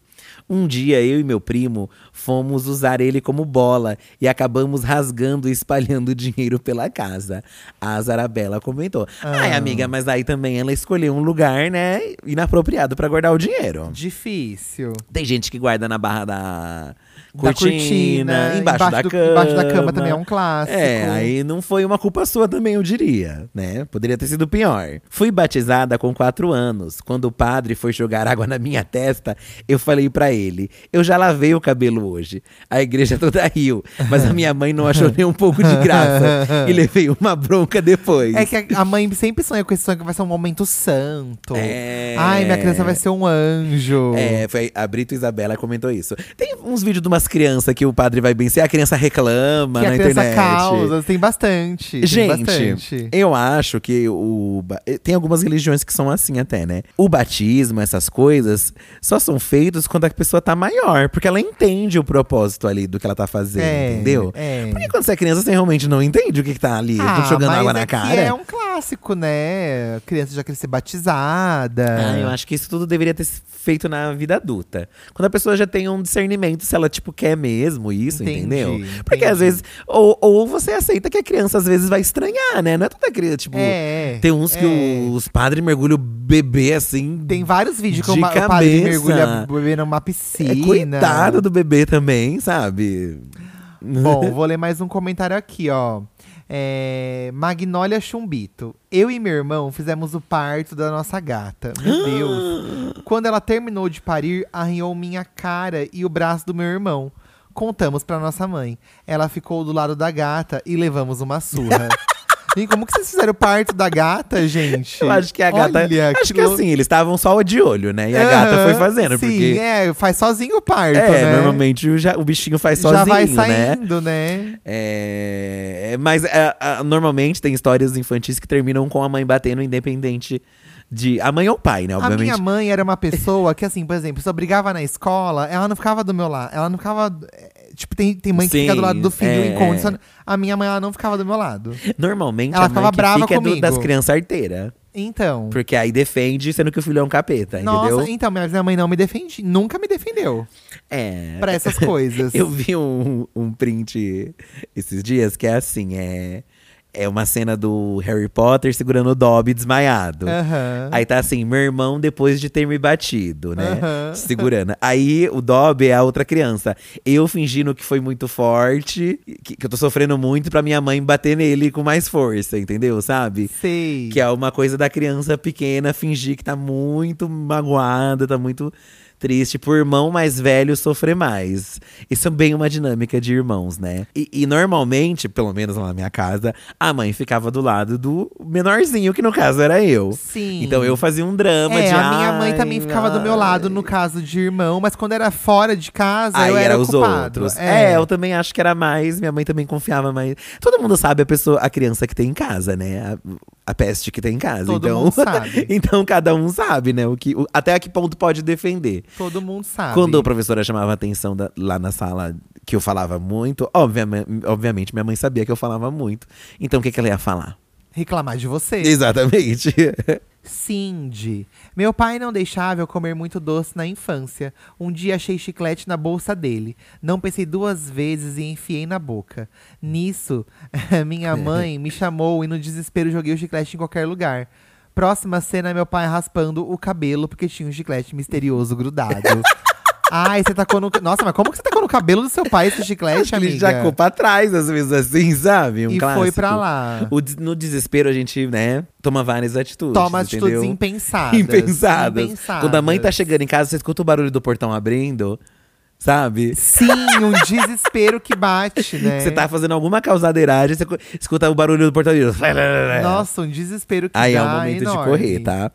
Um dia eu e meu primo fomos usar ele como bola e acabamos rasgando e espalhando dinheiro pela casa. A Zarabella comentou: "Ai, amiga, mas aí também ela escolheu um lugar, né, inapropriado para guardar o dinheiro".
Difícil.
Tem gente que guarda na barra da
Da
cortina, embaixo, da
do-
cama.
Embaixo da cama também é um clássico.
É, aí não foi uma culpa sua também, eu diria, né? Poderia ter sido pior. Fui batizada com quatro anos. Quando o padre foi jogar água na minha testa, eu falei pra ele: Eu já lavei o cabelo hoje. A igreja toda riu, mas a minha mãe não achou nem um pouco de graça e levei uma bronca depois.
É que a- a mãe sempre sonha com esse sonho que vai ser um momento santo.
É.
Ai, minha criança vai ser um anjo.
É, foi a Brito Isabela comentou isso. Tem uns vídeos de umas crianças que o padre vai benzer, a criança reclama
que a
na
criança
internet.
causa, tem bastante. tem
Gente,
bastante.
eu acho que o. ba- eh, Tem algumas religiões que são assim até, né? O batismo, essas coisas, só são feitos quando a pessoa tá maior, porque ela entende o propósito ali do que ela tá fazendo,
É,
entendeu?
é.
Porque quando você é criança, você realmente não entende o que, que tá ali,
Ah,
jogando
mas
água
é
na
que
cara.
É um clássico, né? Criança já quer ser batizada.
Ah, eu acho que isso tudo deveria ter se feito na vida adulta. Quando a pessoa já tem um discernimento se ela, tipo, quer mesmo isso,
Entendi,
entendeu? Porque às
entendi.
vezes. Ou, ou você aceita que a criança às vezes vai estranhar, né? Não é toda criança, tipo.
É,
tem uns que
é.
os padres mergulham o bebê assim.
Tem vários vídeos que o
De
ma- o padre
cabeça.
mergulha bebê numa
é,
piscina.
coitado do bebê também, sabe?
Bom, vou ler mais um comentário aqui, ó. É, Magnólia Chumbito. Eu e meu irmão fizemos o parto da nossa gata. Meu Deus. Quando ela terminou de parir, arranhou minha cara e o braço do meu irmão. Contamos pra nossa mãe. Ela ficou do lado da gata e levamos uma surra. e como que vocês fizeram o parto da gata, gente?
Eu acho que a gata.
Olha,
acho que
lou-
assim, eles estavam só de olho, né? E a gata
Aham,
foi fazendo,
Sim,
porque.
é, faz sozinho o parto,
É,
né?
normalmente o, ja- o bichinho faz sozinho,
Já vai
né?
saindo, né?
É, é, mas é, a- normalmente tem histórias infantis que terminam com a mãe batendo, independente de. A mãe ou o pai, né?
A
Obviamente.
minha mãe era uma pessoa que, assim, por exemplo, se eu brigava na escola, ela não ficava do meu lado. Ela não ficava. é, Tipo, tem, tem mãe que fica do
Sim,
lado do filho
é.
incondicional. A minha mãe, ela não ficava do meu lado.
Normalmente
Ela
a mãe
ficava
que
brava
fica é do-
comigo.
das crianças arteiras.
Então.
Porque aí defende, sendo que o filho é um capeta,
Nossa,
entendeu?
então, mas minha mãe não me defendia. Nunca me defendeu
É.
pra essas coisas.
Eu vi um, um print esses dias que é assim, é. É uma cena do Harry Potter segurando o Dobby desmaiado.
Aham.
Aí tá assim, meu irmão depois de ter me batido, né?
Aham.
Segurando. Aí o Dobby é a outra criança. Eu fingindo que foi muito forte, que, que eu tô sofrendo muito pra minha mãe bater nele com mais força, entendeu? Sabe?
Sei.
Que é uma coisa da criança pequena fingir que tá muito magoada, tá muito triste por irmão mais velho sofrer mais. Isso é bem uma dinâmica de irmãos, né? E, e normalmente, pelo menos lá na minha casa, a mãe ficava do lado do menorzinho, que no caso era eu.
Sim.
Então eu fazia um drama
É,
de.
a minha mãe
"Ai,
também ficava do meu
ai".
lado no caso de irmão, mas quando era fora de casa,
Aí
eu era,
era os
ocupado.
outros. É.
É,
eu também acho que era mais. Minha mãe também confiava mais. Todo mundo sabe a pessoa, a criança que tem em casa, né? A, a peste que tem em casa.
Todo
então,
mundo sabe.
então cada um sabe, né? O que, o- até a que ponto pode defender.
todo mundo sabe.
Quando a professora chamava a atenção da- lá na sala que eu falava muito, obviamente, obviamente minha mãe sabia que eu falava muito. Então o que, que ela ia falar?
Reclamar de você.
Exatamente.
Cindy. Meu pai não deixava eu comer muito doce na infância. Um dia achei chiclete na bolsa dele. Não pensei duas vezes e enfiei na boca. Nisso, minha mãe me chamou e no desespero joguei o chiclete em qualquer lugar. Próxima cena é meu pai raspando o cabelo porque tinha um chiclete misterioso grudado. Ai, você tacou no. Nossa, mas como que você tacou no cabelo do seu pai esse chiclete,
Ele
amiga?
já culpa atrás, às vezes, assim, sabe? Um
e
clássico.
foi pra lá.
O des- no desespero, a gente, né, toma várias atitudes.
Toma
entendeu?
atitudes impensadas.
Impensadas.
Impensadas.
Quando a mãe tá chegando em casa, você escuta o barulho do portão abrindo, sabe?
Sim, um desespero que bate, né?
Você tá fazendo alguma causadeiragem, você co- escuta o barulho do portão abrindo.
Nossa, um desespero que
Aí
dá
é o momento de
enorme.
correr, tá?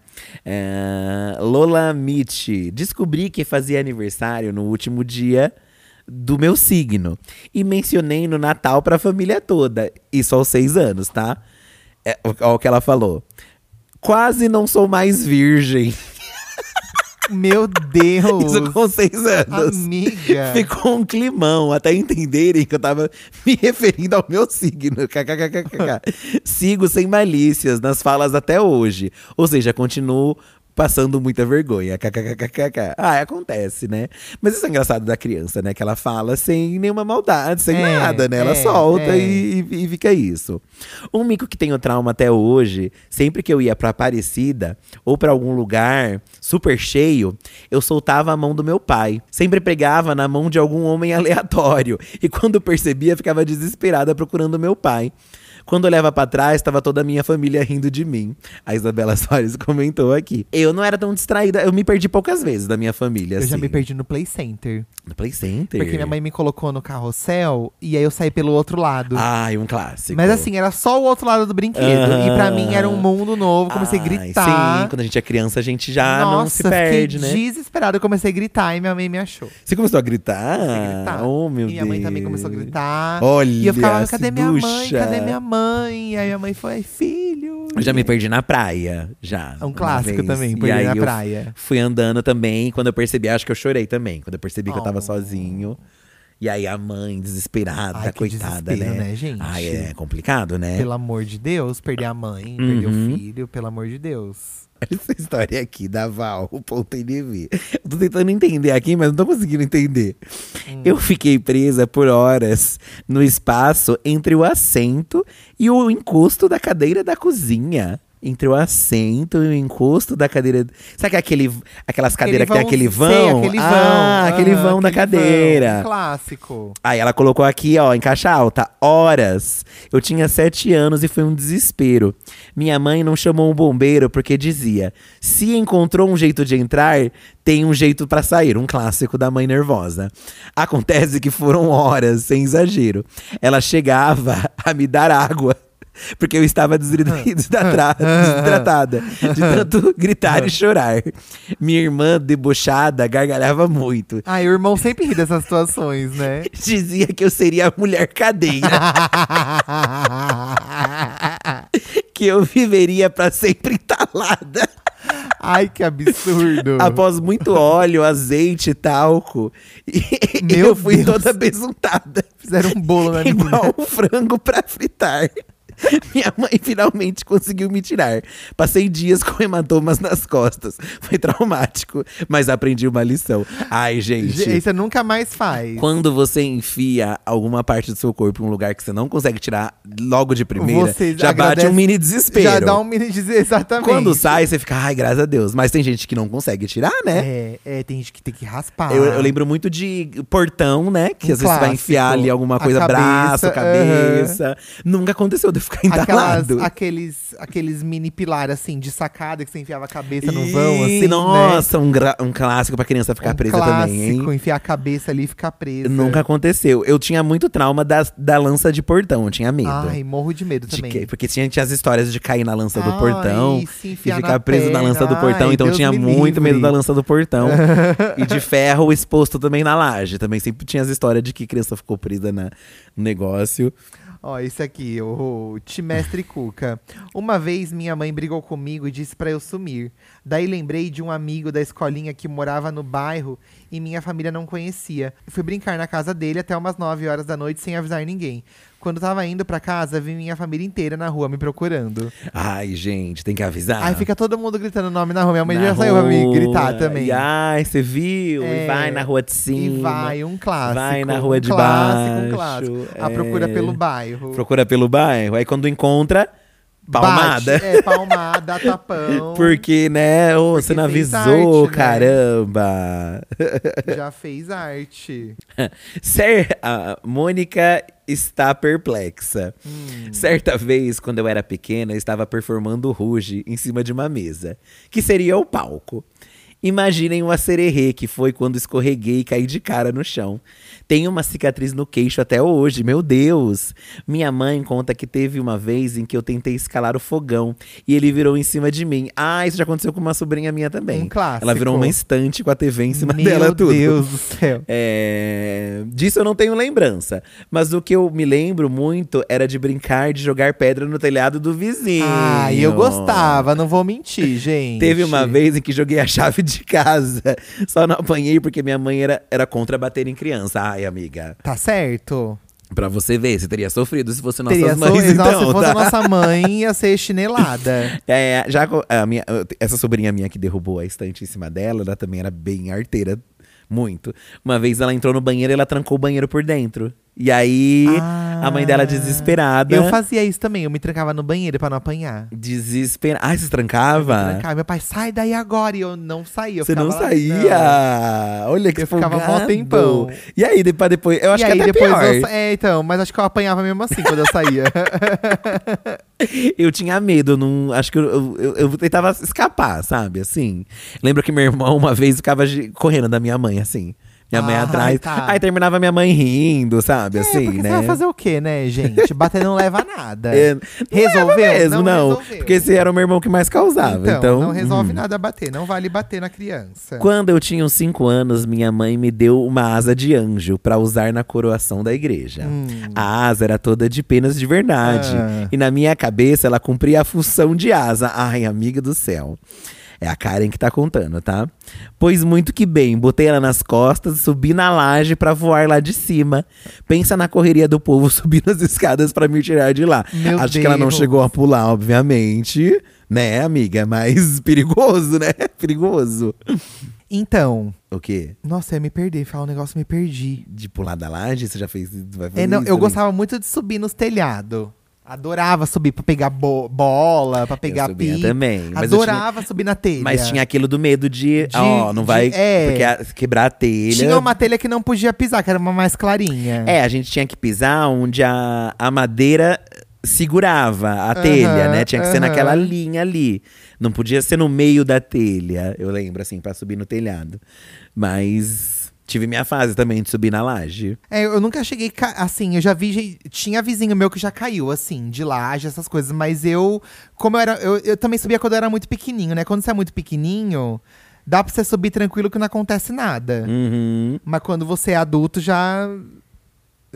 É, Lola Mitch. Descobri que fazia aniversário no último dia do meu signo. E mencionei no Natal pra família toda. Isso aos seis anos, tá? É, ó- ó o que ela falou. Quase não sou mais virgem.
Meu
Isso
Deus!
com seis anos.
Amiga!
Ficou um climão até entenderem que eu tava me referindo ao meu signo. KKKKK. Sigo sem malícias nas falas até hoje. Ou seja, continuo passando muita vergonha. KKKKK. Ah, acontece, né? Mas isso é engraçado da criança, né? Que ela fala sem nenhuma maldade, sem
É,
nada, né? Ela
é,
solta
é.
E, e- e fica isso. Um mico que tenho trauma até hoje, sempre que eu ia pra Aparecida ou pra algum lugar super cheio, eu soltava a mão do meu pai. Sempre pegava na mão de algum homem aleatório. E quando percebia, ficava desesperada procurando meu pai. Quando olhava pra trás, estava toda a minha família rindo de mim. A Isabela Soares comentou aqui. Eu não era tão distraída, eu me perdi poucas vezes da minha família.
Eu já
assim. É.
me perdi no Play Center.
No Play Center.
Porque minha mãe me colocou no carrossel e aí eu saí pelo outro lado.
Ai, um clássico.
Mas assim, era só o outro lado do brinquedo.
Aham.
E pra mim era um mundo novo. Comecei a
Ah. Ai,
gritar.
Sim, quando a gente é criança, a gente já não se
Nossa,
perde, né?
fiquei desesperada. Eu comecei a gritar e minha mãe me achou.
Você começou a gritar?
Comecei a gritar.
Oh,
e
meu
minha
Deus.
mãe também começou a gritar.
Olha,
e eu ficava, cadê
se
minha mãe?
bucha."
Cadê minha mãe? Aí minha mãe foi, filho.
Eu já me perdi na praia, já.
É um
uma
clássico
vez.
também,
E
perder
aí
na
eu
praia.
Fui andando também, quando eu percebi, acho que eu chorei também. Quando eu percebi que eu tava
Oh.
sozinho. E aí a mãe, desesperada,
Ai, que
coitada, né?
desespero, né, gente?
Ai, é complicado, né?
Pelo amor de Deus, perder a mãe, perder
Uhum.
o filho, pelo amor de Deus.
Essa história aqui da Val, o ponto NV. Eu tô tentando entender aqui, mas não tô conseguindo entender.
Hum.
Eu fiquei presa por horas no espaço entre o assento e o encosto da cadeira da cozinha. Entre o assento e o encosto da cadeira. Sabe aquele, aquelas cadeiras que tem aquele
vãozinho,
vão?
aquele vão.
Ah, aquele
Aham,
vão da
aquele vão.
cadeira.
Clássico.
Aí ela colocou aqui, ó, em caixa alta, horas. Eu tinha sete anos e foi um desespero. Minha mãe não chamou o bombeiro porque dizia: se encontrou um jeito de entrar, tem um jeito pra sair. Um clássico da mãe nervosa. Acontece que foram horas, sem exagero. Ela chegava a me dar água. Porque eu estava desidri- desidratado- desidratada, de tanto gritar e chorar. Minha irmã, debochada, gargalhava muito
Ai, Ah, o irmão sempre ri dessas situações, né?
dizia que eu seria a mulher cadeira, que eu viveria pra sempre entalada.
Ai, que absurdo.
Após muito óleo, azeite, talco, e
Meu
eu fui
Deus.
toda besuntada.
Fizeram um bolo na menina.
Igual um frango pra fritar. Minha mãe finalmente conseguiu me tirar. Passei dias com hematomas nas costas. Foi traumático, mas aprendi uma lição. Ai,
Gente, Você nunca mais faz.
Quando você enfia alguma parte do seu corpo em um lugar que você não consegue tirar logo de primeira,
Você
já bate
agradece-
um mini desespero.
Já dá um mini dizer exatamente.
Quando sai, você fica, ai, graças a Deus. Mas tem gente que não consegue tirar, né?
É, é, tem gente que tem que raspar.
Eu, eu lembro muito de portão, né? Que
É, ah. Um
às vezes você vai enfiar
clássico.
ali alguma
A
coisa,
cabeça,
braço,
aham.
cabeça. Nunca aconteceu de um eu ficar
Aquelas,
entalado.
aqueles, aqueles mini pilar, assim, de sacada que você enfiava a cabeça no
Ih,
vão, assim, né?
Nossa, um, gra- um clássico pra criança ficar
Um
presa também, hein?
clássico, enfiar a cabeça ali e ficar presa.
Nunca aconteceu. Eu tinha muito trauma da, da lança de portão, eu tinha medo.
Ai, morro de medo
De
também.
que- porque tinha, tinha as histórias de cair na lança do
Ai,
portão
se
e
enfiar
ficar
na
preso na
perna.
lança do portão.
Ai,
então
Deus
tinha
me
muito
livre.
medo da lança do portão. e de ferro exposto também na laje. Também sempre tinha as histórias de que criança ficou presa na, no negócio.
Ó, esse aqui, o Timestre Cuca. Uma vez minha mãe brigou comigo e disse pra eu sumir. Daí lembrei de um amigo da escolinha que morava no bairro e minha família não conhecia. Fui brincar na casa dele até umas 9 horas da noite sem avisar ninguém. Quando tava indo pra casa, vi minha família inteira na rua me procurando.
Ai, gente, tem que avisar.
Aí fica todo mundo gritando o nome na rua. Minha mãe
Na
já saiu pra me gritar
rua.
também.
E ai, você viu?
É.
E vai na rua de cima.
E vai, um clássico.
Vai na
um
rua de
clássico, Um
baixo,
clássico. A
é.
procura pelo bairro.
Procura pelo bairro. Aí quando encontra,
Bate,
palmada.
é, palmada, tapão.
Porque, né? ô, você não
fez
avisou,
arte, né?
caramba.
Já fez arte.
Cer a Mônica está perplexa.
Hum.
Certa vez, quando eu era pequena, eu estava performando Ruge em cima de uma mesa, que seria o palco. Imaginem o acererê que foi quando escorreguei e caí de cara no chão. Tenho uma cicatriz no queixo até hoje, meu Deus! Minha mãe conta que teve uma vez em que eu tentei escalar o fogão e ele virou em cima de mim. Ah, isso já aconteceu com uma sobrinha minha também.
Um clássico.
Ela virou uma estante com a TV em cima
Meu
dela tudo.
Deus do céu.
É, Disso eu não tenho lembrança. Mas o que eu me lembro muito era de brincar de jogar pedra no telhado do vizinho.
Ah, e eu gostava, não vou mentir, gente.
Teve uma vez em que joguei a chave de casa. Só não apanhei porque minha mãe era, era contra bater em criança. Ai, amiga.
Tá certo?
Pra você ver, você teria sofrido se fosse nossas
Teria
mães,
sorriso.
então,
Nossa, se fosse
tá?
a nossa mãe, ia ser chinelada.
É, já co- a minha, essa sobrinha minha que derrubou a estante em cima dela, ela também era bem arteira, muito. Uma vez ela entrou no banheiro e ela trancou o banheiro por dentro. E aí, a mãe dela desesperada.
Ah. Eu fazia isso também, eu me trancava no banheiro pra não apanhar.
Desesperada. Ah, você se trancava?
Trancava, meu pai, sai daí agora. E eu não saía. eu
Você não
ficava lá,
saía! Olha que
Eu ficava mó
folgado.
tempão.
E aí, depois, depois eu acho
e
que
aí
até
depois
pior.
eu sa- É, então, mas acho que eu apanhava mesmo assim quando eu saía.
Eu tinha medo, eu não. Acho que eu, eu, eu- eu tentava escapar, sabe? Assim. Lembro que meu irmão uma vez ficava gi- correndo da minha mãe, assim. Minha mãe
Ah,
atrás.
tá.
Aí terminava minha mãe rindo, sabe? assim,
é, porque
né?
você vai fazer o quê, né, gente? Bater não leva nada.
É, não
resolveu?
leva mesmo, não.
resolveu.
Porque esse era o meu irmão que mais causava. Então,
então, não resolve
hum.
nada bater. Não vale bater na criança.
Quando eu tinha uns 5 anos, minha mãe me deu uma asa de anjo pra usar na coroação da igreja. A asa era toda de penas de verdade.
Hum. Ah.
E na minha cabeça, ela cumpria a função de asa. Ai, amiga do céu. É a Karen que tá contando, tá? Pois muito que bem, botei ela nas costas, subi na laje pra voar lá de cima. Pensa na correria do povo subindo as escadas pra me tirar de lá.
Meu
Acho que ela não
Deus.
chegou a pular, obviamente, né, amiga? Mas perigoso, né? Perigoso.
Então,
O quê?
nossa, eu me perdi. Falar um negócio, me perdi.
De pular da laje? Você já fez? Vai fazer
É, não,
isso
eu
também?
gostava muito de subir nos telhados. Adorava subir pra pegar bo- bola, pra pegar
subia
pipa.
também, mas eu
Adorava subir na telha.
Mas tinha aquilo do medo de.
é. De-
Ó, não
de-
vai.
é.
Porque a- quebrar a telha.
Tinha uma telha que não podia pisar, que era uma mais clarinha.
É, a gente tinha que pisar onde a, a madeira segurava a
Aham,
telha, né? Tinha que ser
aham.
naquela linha ali. Não podia ser no meio da telha, eu lembro, assim, pra subir no telhado. Mas tive minha fase também de subir na laje.
É, eu nunca cheguei. ca- Assim, eu já vi. gen- Tinha vizinho meu que já caiu, assim, de laje, essas coisas. Mas eu. Como eu era. Eu, eu também subia quando eu era muito pequenininho, né? Quando você é muito pequenininho, dá pra você subir tranquilo que não acontece nada.
Uhum,
Mas quando você é adulto, já.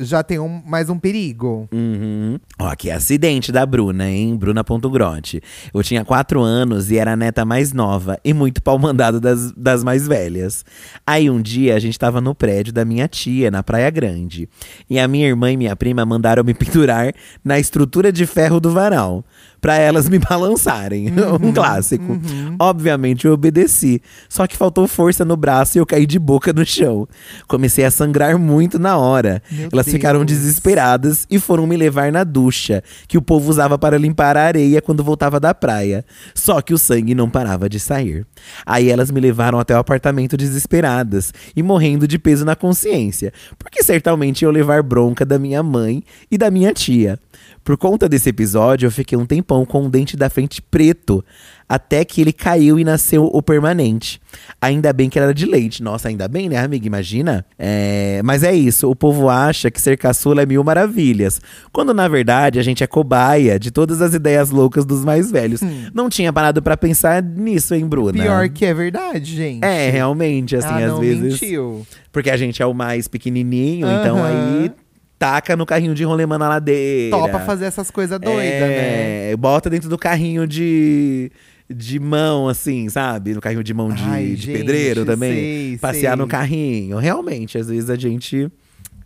Já tem um- mais um perigo.
uhum. Ó, que acidente da Bruna, hein? Bruna Ponto Grote. Eu tinha quatro anos e era a neta mais nova e muito pau mandado das, das mais velhas. Aí um dia a gente tava no prédio da minha tia, na Praia Grande. E a minha irmã e minha prima mandaram me pendurar na estrutura de ferro do varal. Pra elas me balançarem.
Uhum,
um clássico. Obviamente eu obedeci. Só que faltou força no braço e eu caí de boca no chão. Comecei a sangrar muito na hora.
Meu
elas ficaram
Deus.
desesperadas e foram me levar na ducha, que o povo usava para limpar a areia quando voltava da praia. Só que o sangue não parava de sair. Aí elas me levaram até o apartamento desesperadas e morrendo de peso na consciência, porque certamente eu levar bronca da minha mãe e da minha tia. Por conta desse episódio, eu fiquei um tempão com o dente da frente preto, até que ele caiu e nasceu o permanente. Ainda bem que era de leite. Nossa, ainda bem, né, amiga? Imagina. É, mas é isso, o povo acha que ser caçula é mil maravilhas, quando na verdade a gente é cobaia de todas as ideias loucas dos mais velhos. Não tinha parado pra pensar nisso, hein, Bruna?
Hum. Pior que é verdade, gente.
Né? É, realmente, assim,
Ela
às
não
vezes.
mentiu.
Porque a gente é o mais pequenininho, então
Aham.
aí taca no carrinho de rolemã na ladeira.
Topa fazer essas coisas doidas, né?
É, Bota dentro do carrinho de, de mão, assim, sabe? No carrinho de mão de,
Ai,
de
gente,
pedreiro também.
sei,
Passear
sei.
no carrinho. Realmente, às vezes a gente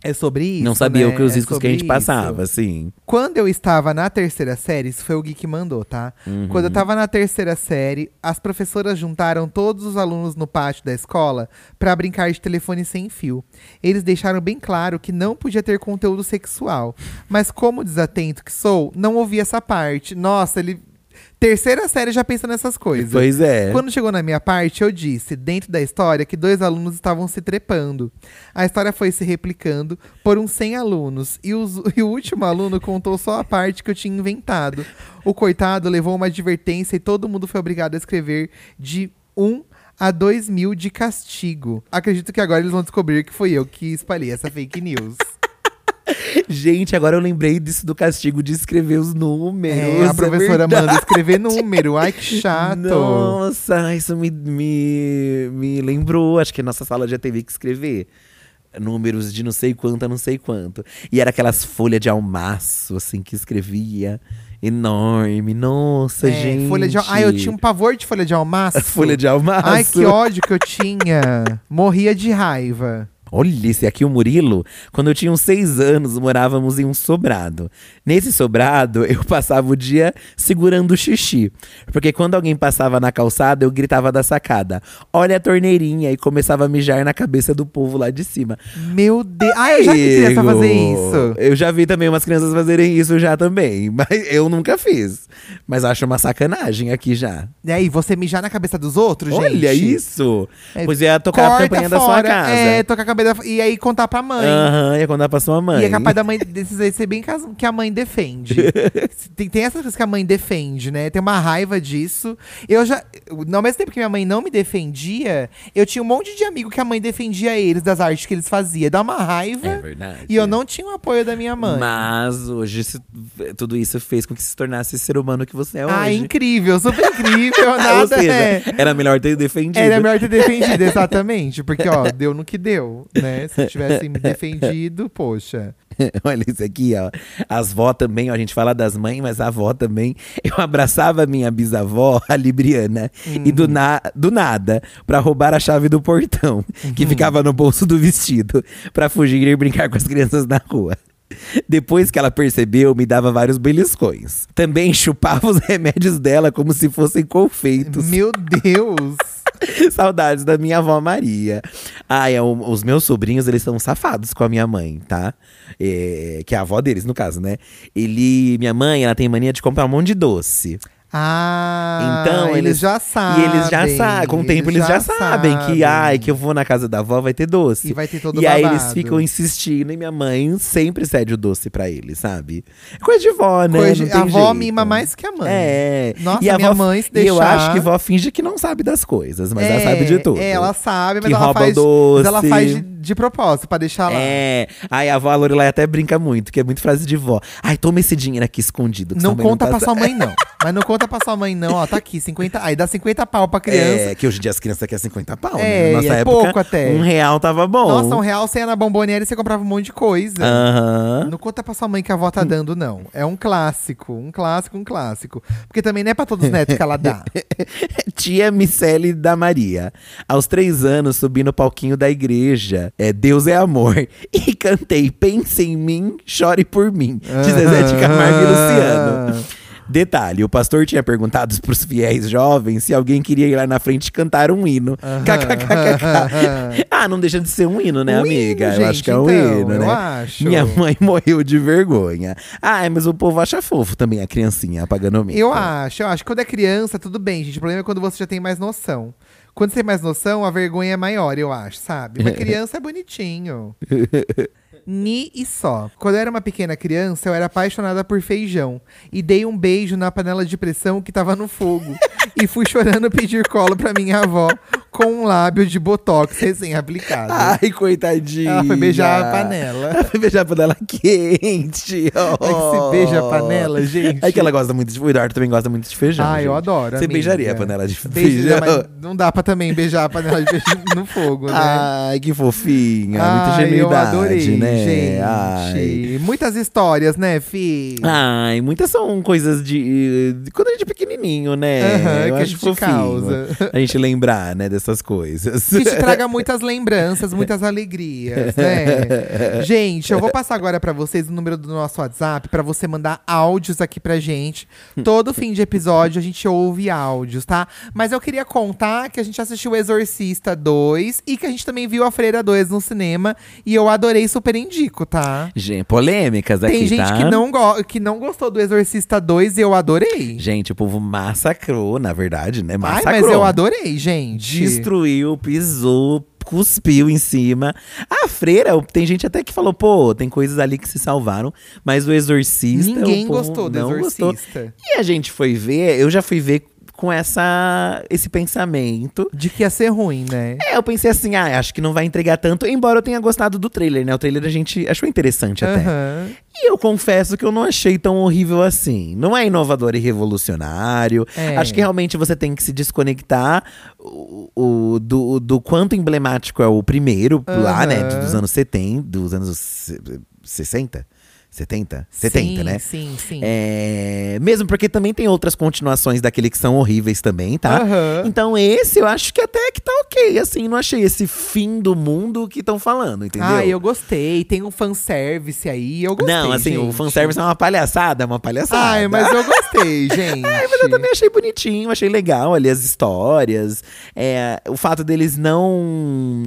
É sobre isso.
não sabia
né?
o que os
É
discos que a gente
sobre isso.
passava, assim.
Quando eu estava na terceira série, isso foi o Gui que mandou, tá? Quando eu estava na terceira série, as professoras juntaram todos os alunos no pátio da escola para brincar de telefone sem fio. Eles deixaram bem claro que não podia ter conteúdo sexual. Mas como desatento que sou, não ouvi essa parte. Nossa, ele… Terceira série já pensa nessas coisas.
Pois é.
Quando chegou na minha parte, eu disse, dentro da história, que dois alunos estavam se trepando. A história foi se replicando por uns 100 alunos. E, os- e o último aluno contou só a parte que eu tinha inventado. O coitado levou uma advertência e todo mundo foi obrigado a escrever de um a dois mil de castigo. Acredito que agora eles vão descobrir que foi eu que espalhei essa fake news.
Gente, agora eu lembrei disso do castigo de escrever os números.
É, a professora
verdade.
manda escrever número. Ai, que chato.
Nossa, isso me, me, me lembrou. Acho que a nossa sala já teve que escrever números de não sei quanto a não sei quanto. E era aquelas folhas de almaço, assim, que escrevia. Enorme. Nossa,
É,
gente.
Folha de... al- Ai, eu tinha um pavor de folha de almaço.
Folha de almaço.
Ai, que ódio que eu tinha. Morria de raiva.
Olha, esse aqui, o Murilo, quando eu tinha uns seis anos, morávamos em um sobrado. Nesse sobrado, eu passava o dia segurando o xixi. Porque quando alguém passava na calçada, eu gritava da sacada: Olha a torneirinha! E começava a mijar na cabeça do povo lá de cima.
Meu Deus. Ai, Ah, eu já vi criança fazer isso.
Eu já vi também umas crianças fazerem isso já também. Mas eu nunca fiz. Mas acho uma sacanagem aqui já.
E aí, você mijar na cabeça dos outros, gente?
Olha isso!
É,
pois ia tocar a
corta
campanha da sua
fora.
casa.
É, tocar a cabeça e aí contar pra mãe.
Aham, ia contar pra sua mãe.
E é capaz da mãe desses aí ser bem cas- que a mãe defende. tem, tem essas coisas que a mãe defende, né? Tem uma raiva disso. Eu já. eu- Ao mesmo tempo que minha mãe não me defendia, eu tinha um monte de amigo que a mãe defendia eles das artes que eles faziam. Dá uma raiva.
É verdade.
E eu não tinha o apoio da minha mãe.
Mas hoje isso- tudo isso fez com que se tornasse esse ser humano que você é hoje.
Ah, incrível, super incrível, nada
Ou seja,
é.
era melhor ter defendido.
Era melhor ter defendido, exatamente. Porque, ó, deu no que deu, né? Se tivessem me defendido, poxa.
Olha isso aqui, ó. As vó também, ó, a gente fala das mães, mas a avó também. Eu abraçava a minha bisavó, a Libriana, e do,
Uhum.
na- do nada, pra roubar a chave do portão,
Uhum.
que ficava no bolso do vestido, pra fugir e brincar com as crianças na rua. Depois que ela percebeu, me dava vários beliscões. Também chupava os remédios dela como se fossem confeitos.
Meu Deus!
Saudades da minha avó Maria. Ai, é, o- os meus sobrinhos, eles são safados com a minha mãe, tá? É, que é a avó deles, no caso, né? Ele, minha mãe, ela tem mania de comprar um monte de doce.
Ah,
Então,
eles,
eles-
já sabem.
e eles já sabem, com o tempo eles já, sabem, que, ai, que eu vou na casa da avó, vai ter doce.
E vai ter todo
E aí
babado.
eles ficam insistindo e minha mãe sempre cede o doce pra eles, sabe? É coisa de vó, né?
Coisa de-
Não tem
a avó
jeito.
mima mais que a mãe.
É.
Nossa,
e a
minha
vó-
mãe, se
E eu
deixar-
acho que vó finge que não sabe das coisas, mas ela sabe de tudo.
É, ela sabe, mas
Que
ela
rouba
faz.
o
Mas ela
doce.
faz de, de propósito, pra deixar lá.
É. Ai, a avó a Lorelai até brinca muito, que é muito frase de vó. Ai, toma esse dinheiro aqui escondido. que
Não
sua mãe
conta
tá
pra
sa-
sua mãe, não. Mas não conta pra sua mãe, não. Ó, tá aqui, 50. Aí dá 50 pau pra criança.
É, que hoje em dia as crianças querem 50 pau,
É,
né?
e
Na nossa
é
época,
pouco até.
um real tava bom.
Nossa, um real você ia na bomboniere e você comprava um monte de coisa.
Aham.
Não conta pra sua mãe que a avó tá dando, não. É um clássico, um clássico, um clássico. Porque também não é pra todos os netos que ela dá.
Tia Micele da Maria. Aos três anos, subi no palquinho da igreja. É Deus é amor. E cantei Pense em mim, chore por mim. De Zezé de Camargo e Luciano. Detalhe, o pastor tinha perguntado pros fiéis jovens se alguém queria ir lá na frente cantar um hino. KKKKK. ah, não deixa de ser um hino, né,
Um
amiga?
hino,
eu acho que é um
gente, então,
hino,
eu
né?
acho.
Minha mãe morreu de vergonha. Ah, mas o povo acha fofo também a criancinha apagando mico.
Eu acho, eu acho. que Quando é criança, tudo bem, gente. O problema é quando você já tem mais noção. Quando você tem mais noção, a vergonha é maior, eu acho, sabe? Mas criança é bonitinho. Ni e só. Quando eu era uma pequena criança, eu era apaixonada por feijão. E dei um beijo na panela de pressão que tava no fogo. e fui chorando pedir colo pra minha avó com um lábio de botox recém-aplicado.
Ai, coitadinha.
Ela foi beijar a panela.
Ela foi beijar a panela quente. Oh.
É que se beija a panela, gente.
É que ela gosta muito de. O Eduardo também gosta muito de feijão.
Ah, eu
gente.
adoro.
Você
amiga.
beijaria a panela de
Beijo,
feijão?
mas não dá pra também beijar a panela de feijão no fogo, né?
Ai, que fofinha.
Ai,
É Muita ingenuidade,
eu adorei,
né?
gente.
Ai.
Muitas histórias, né, Fi?
Ai, muitas são coisas de, de quando a gente é pequenininho, né?
Aham,
eu
que a
acho
gente
fofinho
causa.
a gente lembrar, né, das essas coisas.
Que te traga muitas lembranças, muitas alegrias, né? Gente, eu vou passar agora pra vocês o número do nosso WhatsApp pra você mandar áudios aqui pra gente.
Hum.
Todo fim de episódio a gente ouve áudios, tá? Mas eu queria contar que a gente assistiu Exorcista 2 e que a gente também viu A Freira 2 no cinema e eu adorei, super indico, tá?
Gente, polêmicas aqui,
Tem gente
tá?
que, não go- que não gostou do Exorcista 2 e eu adorei.
Gente, o povo massacrou, na verdade, né?
Ai,
Massacrou.
mas eu adorei, gente.
Destruiu, pisou, cuspiu em cima. A freira, tem gente até que falou, pô, tem coisas ali que se salvaram, mas o exorcista.
Ninguém
o povo
gostou do
não
Exorcista.
Gostou. E a gente foi ver, eu já fui ver com essa esse pensamento.
De que ia ser ruim, né?
É, eu pensei assim, ah, acho que não vai entregar tanto, embora eu tenha gostado do trailer, né? O trailer a gente achou interessante até.
Aham.
E eu confesso que eu não achei tão horrível assim. Não é inovador e revolucionário.
É.
Acho que realmente você tem que se desconectar o, o- do, do quanto emblemático é o primeiro lá, né?
Aham.
Dos anos 70, dos anos se- 60? 70? 70,
Sim,
né?
Sim, sim.
É, mesmo porque também tem outras continuações daquele que são horríveis também, tá?
Aham.
Então esse eu acho que até que tá ok, assim, não achei esse fim do mundo que estão falando, entendeu?
Ah, eu gostei. Tem um fanservice aí. Eu gostei.
não, assim, o
gente.
fanservice é uma palhaçada, é uma palhaçada.
Ai, mas eu gostei, gente. Ai, mas
Eu também achei bonitinho, achei legal ali as histórias. É, o fato deles não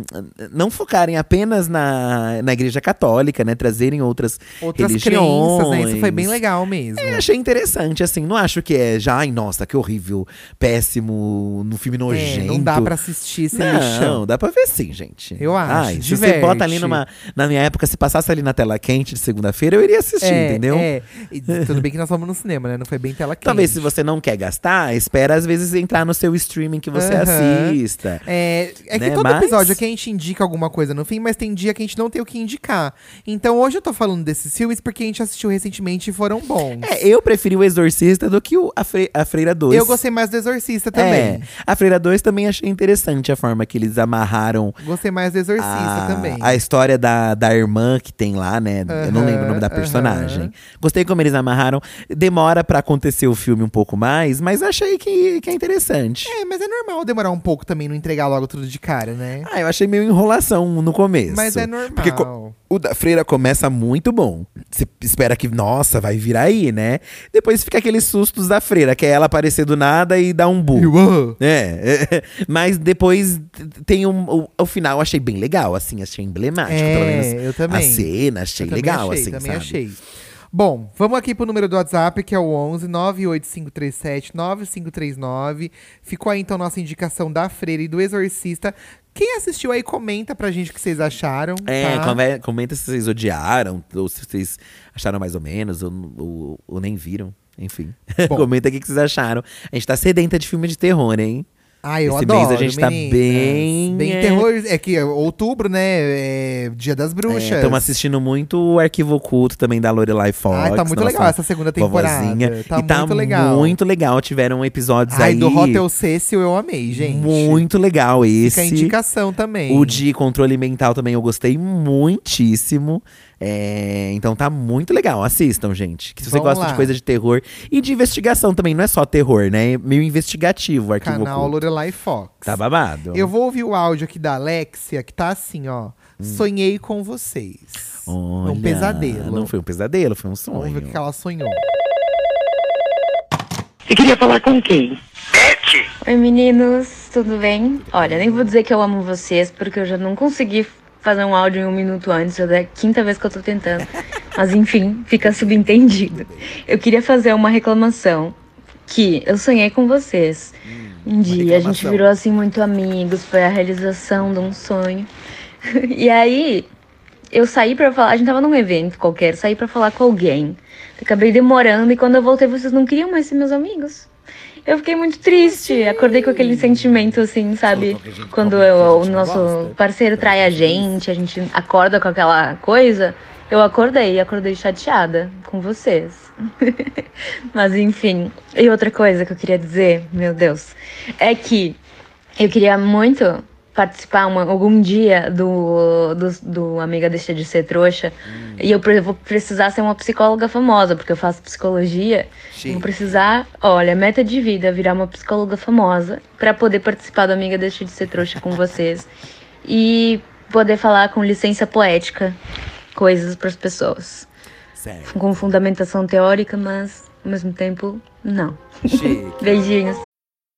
não focarem apenas na, na igreja católica, né? Trazerem outras,
Outras
religiões.
crenças, né? Isso foi bem legal mesmo.
É, achei interessante, assim. Não acho que é já, ai, nossa, que horrível, péssimo, no filme
É,
nojento.
não dá pra assistir sem lixão.
Não, dá pra ver sim, gente.
Eu acho,
Ai, se você bota ali
diverte.
numa. Na minha época, se passasse ali na tela quente de segunda-feira, eu iria assistir,
É,
entendeu?
É. E tudo bem que nós fomos no cinema, né? Não foi bem tela quente.
Talvez se você não quer gastar, espera às vezes entrar no seu streaming que você
Aham.
assista.
É, é que
Né,
todo
mas-
episódio aqui a gente indica alguma coisa no fim, mas tem dia que a gente não tem o que indicar. Então hoje eu tô falando desses filmes porque a gente assistiu recentemente e foram bons.
É, eu preferi o Exorcista do que o a, Fre- a Freira 2.
Eu gostei mais do Exorcista
É,
também.
a Freira 2 também achei interessante a forma que eles amarraram
Gostei mais do Exorcista
a,
também.
a história da, da irmã que tem lá, né? Eu não lembro o nome da
Aham,
personagem.
aham.
Gostei como eles amarraram. Demora pra acontecer o filme um pouco mais, mas achei que, que é interessante.
É, mas é normal demorar um pouco também, não entregar logo tudo de cara, né?
Ah, eu achei meio enrolação no começo.
Mas é
Porque co-
normal.
O da Freira começa muito bom. Você espera que, nossa, vai vir aí, né? Depois fica aqueles sustos da Freira, que é ela aparecer do nada e dar um bu.
E o ah,
É, é, mas depois tem um. O, o final eu achei bem legal, assim, achei emblemático,
É,
pelo menos.
eu também.
A cena, achei
eu também
legal,
achei,
assim,
também
sabe?
achei. Bom, vamos aqui pro número do WhatsApp, que é o 11 98537 9539. Ficou aí então nossa indicação da Freira e do Exorcista. Quem assistiu aí, comenta pra gente o que vocês acharam.
É,
tá?
conver- comenta se vocês odiaram, ou se vocês acharam mais ou menos, ou, ou- ou nem viram. Enfim,
Bom.
comenta aqui o que vocês acharam. A gente tá sedenta de filme de terror, hein?
Ai, eu
Esse mês
adoro,
a gente tá
meninas.
bem-
Bem
é.
terror. É que é outubro, né? É dia das bruxas.
Estamos assistindo muito o Arquivo Oculto também da Lorelai Fox.
Ai, tá muito
nossa
legal essa segunda temporada.
vovozinha.
Tá
e tá
muito legal.
muito legal. Tiveram episódios
Ai,
aí.
do Hotel Cecil eu amei, gente.
Muito legal
Fica a
esse.
indicação também.
O de controle mental também eu gostei muitíssimo. É, então tá muito legal. Assistam, gente. Que se você
Vamos
gosta
lá.
de coisa de terror e de investigação também, não é só terror, né? É meio investigativo o arquivo
canal
oculto.
Lorelai Fox.
Tá babado.
Eu vou ouvir o áudio aqui da Alexia, que tá assim, ó. Sonhei com vocês.
Hum. Olha,
um pesadelo.
Não foi um pesadelo, foi um sonho.
Vamos ver o que ela sonhou.
Você queria falar com quem?
Oi meninos, tudo bem? Olha, nem vou dizer que eu amo vocês, porque eu já não consegui fazer um áudio em um minuto antes, é a quinta vez que eu tô tentando. Mas enfim, fica subentendido. Eu queria fazer uma reclamação, que eu sonhei com vocês. Um dia a gente
reclamação.
virou assim muito amigos, foi a realização de um sonho. E aí, eu saí pra falar, a gente tava num evento qualquer, saí pra falar com alguém. Acabei demorando e quando eu voltei vocês não queriam mais ser meus amigos. Eu fiquei muito triste, acordei com aquele sentimento assim, sabe? Quando eu- o nosso parceiro trai a gente, a gente acorda com aquela coisa. Eu acordei, acordei chateada com vocês. Mas enfim, e outra coisa que eu queria dizer, meu Deus, é que eu queria muito
participar uma- algum dia do, do, do Amiga Deixa de Ser Trouxa. E eu pre- vou precisar ser uma psicóloga famosa, porque eu faço psicologia. Vou precisar, olha, meta de vida, virar uma psicóloga famosa pra poder participar do Amiga Deixa de Ser Trouxa com vocês. E poder falar com licença poética coisas pras pessoas.
Certo.
Com fundamentação teórica, mas ao mesmo tempo, não.
Chique.
Beijinhos.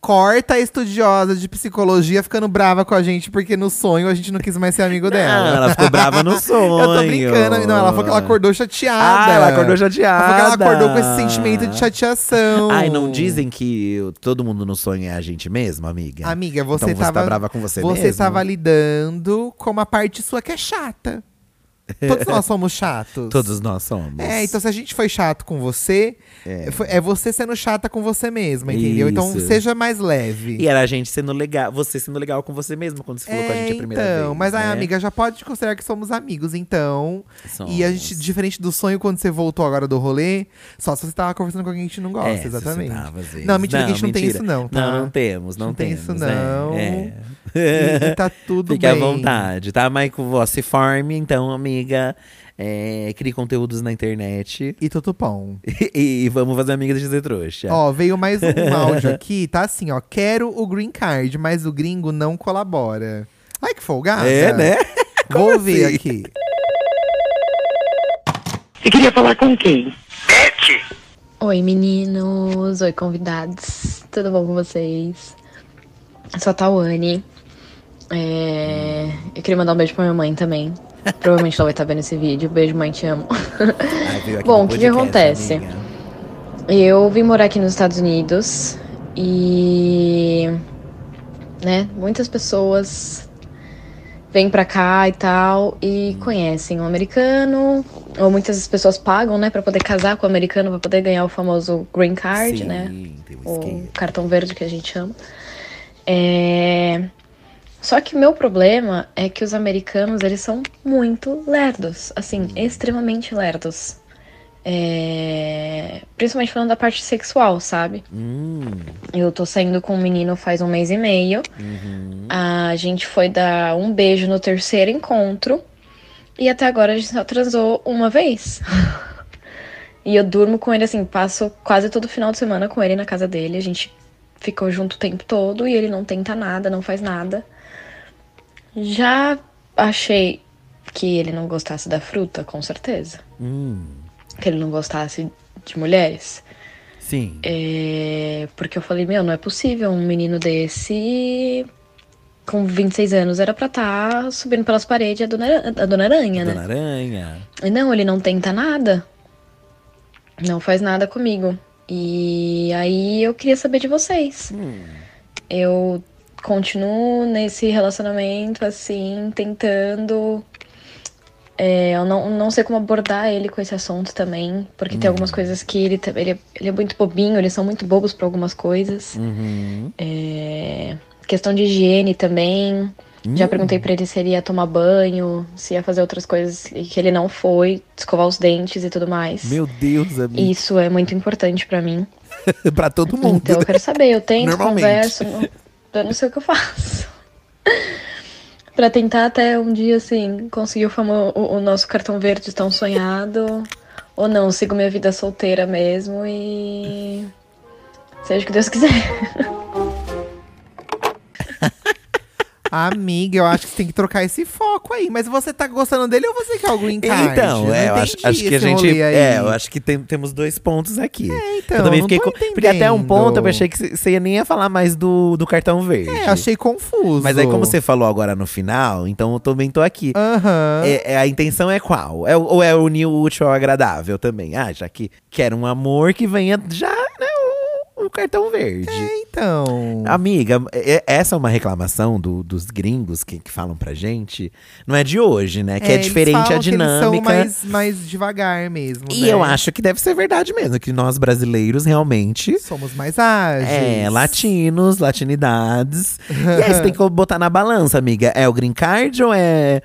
Corta a estudiosa de psicologia ficando brava com a gente, porque no sonho a gente não quis mais ser amigo dela.
Não, Ah, ela ficou brava no sonho.
Eu tô brincando. Não, ela falou que ela acordou chateada.
Ah, ela acordou chateada.
Ela falou que ela acordou com esse sentimento de chateação.
Ai, não dizem que todo mundo no sonho é a gente mesmo, amiga?
Amiga, você,
então você
tava,
tá brava com você,
Você
mesmo?
tava lidando com uma parte sua que é chata. Todos nós somos chatos.
Todos nós somos.
É, então se a gente foi chato com você, é, foi- é você sendo chata com você mesma, entendeu? Então
Isso.
seja mais leve.
E era a gente sendo legal, você sendo legal com você mesmo quando você falou com a gente a primeira
então,
vez.
mas aí,
né?
amiga, já pode considerar que somos amigos, então.
Somos.
E a gente, diferente do sonho, quando você voltou agora do rolê, só se você tava conversando com alguém que a gente não gosta,
É, se você
exatamente.
tava, às vezes.
não, mentira, que a gente não tem
mentira.
isso, não. Tá?
Não, não temos,
A gente
não,
tem
temos.
isso,
é,
não.
é.
E, e tá tudo
Fique à
bem.
vontade, tá? Michael, vó, se forme, então, amiga. É, crie conteúdos na internet.
E tudo bom.
E, vamos fazer amiga de ser trouxa.
Ó, veio mais um áudio aqui, tá assim, ó. Quero o green card, mas o gringo não colabora. Ai, que folgada.
É, né?
ah, Vou ver aqui.
Você queria falar com quem?
Oi, meninos. Oi, convidados. Tudo bom com vocês? Eu sou a Tawane. É, Eu queria mandar um beijo pra minha mãe também. Provavelmente ela vai estar vendo esse vídeo. Beijo, mãe, te amo.
Ai, veio aqui
Bom,
no
o que que
podcast,
acontece?
amiga.
Eu vim morar aqui nos Estados Unidos e, né, muitas pessoas vêm pra cá e tal e conhecem um americano, ou muitas pessoas pagam, né, pra poder casar com o americano, pra poder ganhar o famoso green card,
Sim,
né?
tem um
O
esquema.
cartão verde que a gente chama. É, Só que meu problema é que os americanos, eles são muito lerdos, assim,
Uhum.
extremamente lerdos. É, Principalmente falando da parte sexual, sabe?
Hum,
Eu tô saindo com um menino faz um mês e meio.
uhum.
A gente foi dar um beijo no terceiro encontro. E até agora a gente só transou uma vez. e eu durmo com ele assim, passo quase todo final de semana com ele na casa dele. A gente ficou junto o tempo todo e ele não tenta nada, não faz nada. Já achei que ele não gostasse da fruta, com certeza.
Hum,
Que ele não gostasse de mulheres.
sim.
É, porque eu falei, meu, não é possível um menino desse com 26 anos era pra estar subindo pelas paredes a Dona, Ara- a Dona Aranha, né?
Dona Aranha.
E não, ele não tenta nada. Não faz nada comigo. E aí eu queria saber de vocês.
Hum.
Eu continuo nesse relacionamento assim, tentando. É, eu não, não sei como abordar ele com esse assunto também, porque tem
Uhum.
algumas coisas que ele, ta- ele, é- ele é muito bobinho, eles são muito bobos pra algumas coisas.
Uhum.
É, questão de higiene também. Já
Hum.
perguntei pra ele se ele ia tomar banho, se ia fazer outras coisas e que ele não foi, escovar os dentes e tudo mais.
Meu Deus, amiga.
Isso é muito importante pra mim.
pra todo mundo. né?
Então eu quero saber, eu tento,
Normalmente.
converso, não- eu não sei o que eu faço. Pra tentar até um dia, assim, conseguir o, famo- o, o nosso cartão verde tão sonhado. Ou não, sigo minha vida solteira mesmo e. Seja o que Deus quiser.
Amiga, eu acho que você tem que trocar esse foco aí. Mas você tá gostando dele ou você quer o green card?
Então,
Não
é, eu acho,
entendi
acho que a
esse
gente.
rolê aí.
É, eu acho que tem- temos dois pontos aqui. É,
então,
eu também
não
fiquei
tô
com, Porque até um
entendendo.
ponto eu achei que você nem ia falar mais do, do cartão verde.
É, achei confuso.
Mas aí, como você falou agora no final, então eu também tô aqui.
Aham.
É, é, a intenção é qual? É, o- ou é unir o útil ao agradável também? Ah, já que quero um amor que venha já, né? o- o cartão verde.
então.
Amiga, é- essa é uma reclamação do- dos gringos que, que falam pra gente. Não é de hoje, né? Que é,
eles
diferente a
falam que eles
dinâmica.
são mais, mais devagar mesmo.
E
né?
eu acho que deve ser verdade mesmo, que nós brasileiros realmente.
Somos mais ágeis.
É, latinos, latinidades. e aí você tem que botar na balança, amiga. É o green card ou é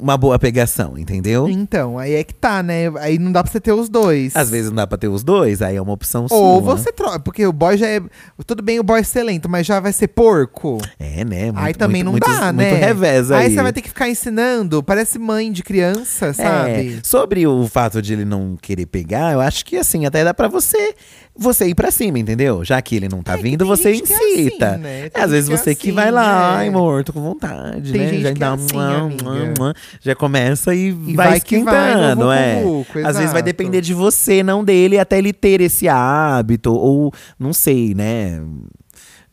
uma boa pegação, entendeu?
Então, aí é que tá, né? Aí não dá pra você ter os dois.
Às vezes não dá pra ter os dois, aí é uma opção
Ou
sua.
você troca. Porque o boy já é. Tudo bem o boy ser lento, mas já vai ser porco.
É, né? Muito,
aí também
muito-
não
muito-
dá, né?
Muito revés aí.
Aí você vai ter que ficar ensinando. Parece mãe de criança, sabe?
É, sobre o fato de ele não querer pegar, eu acho que assim, até dá pra você você ir pra cima, entendeu? Já que ele não tá vindo, você
gente que é
incita.
assim, né? Tem
Às vezes
gente que
você
é
que
assim,
vai lá,
né?
ai, amor, tô com vontade,
Tem
né?
gente
já
que é assim, amiga.
já começa e, vai,
vai que vai,
esquentando,
novo
é.
cucuco,
Às vezes vai
exato.
depender de você, não dele, até ele ter esse hábito ou não sei, né?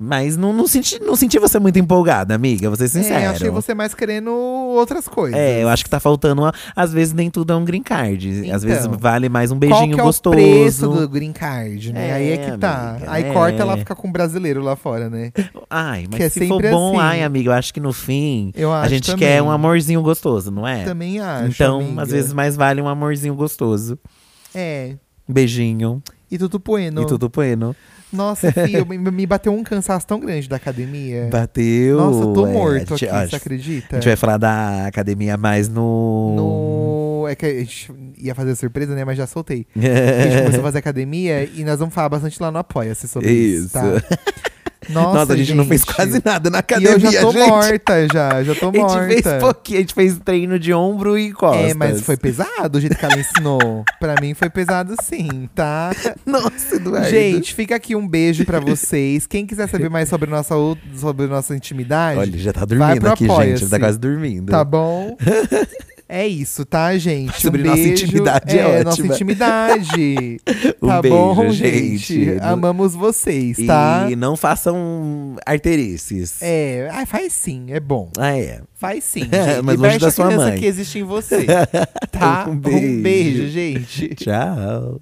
Mas não, não senti, não senti você muito empolgada, amiga, vou ser sincero.
É, achei você mais querendo outras coisas.
É, eu acho que tá faltando. uma- Às vezes nem tudo é um green card. Às vezes
Então,
vale mais um
Qual
beijinho
que é
gostoso.
o preço do green card, né? aí é que tá.
amiga,
aí
é.
corta, ela fica com um brasileiro lá fora, né?
Ai, mas
que é
se for
sempre
bom,
assim.
ai, amiga, eu acho que no fim
Eu
a
acho
gente
também.
quer um amorzinho gostoso, não é?
Também acho,
Então,
amiga.
às vezes mais vale um amorzinho gostoso.
É.
Um beijinho
E tudo bueno.
e tudo bueno.
Nossa, filho, me- me bateu um cansaço tão grande da academia.
Bateu.
É. Nossa, eu tô
é,
morto
a gente-
aqui,
ó,
você acredita?
A gente vai falar da academia mais no. Hum.
No... É que a gente ia fazer surpresa, né? Mas já soltei. a gente começou a fazer academia e nós vamos falar bastante lá no Apoia-se sobre isso,
Isso.
tá? Nossa,
a gente, não fez quase nada
E
na academia.
eu já tô
gente.
morta, já. Já tô morta.
A gente fez pouquinho, a gente fez treino de ombro e costas.
É, mas foi pesado o jeito que ela ensinou. pra mim foi pesado sim, tá?
Nossa, Eduardo.
Gente, fica aqui um beijo pra vocês. Quem quiser saber mais sobre nossa, ou- sobre nossa intimidade,
Olha, já tá
vai
dormindo
pro
aqui, gente.
Apoia-se.
Tá quase dormindo.
Tá bom? É isso, tá, gente?
Sobre
um
nossa
beijo.
intimidade é
nossa
ótima.
intimidade.
Um
tá
beijo,
bom,
gente.
Amamos vocês,
E
tá?
não façam arterices.
É, ai, faz sim, é bom.
Ah, é.
Faz sim, gente.
Mas longe
Liberte
da
a
sua
criança
mãe.
que existe em você, tá?
Um beijo.
gente.
Tchau.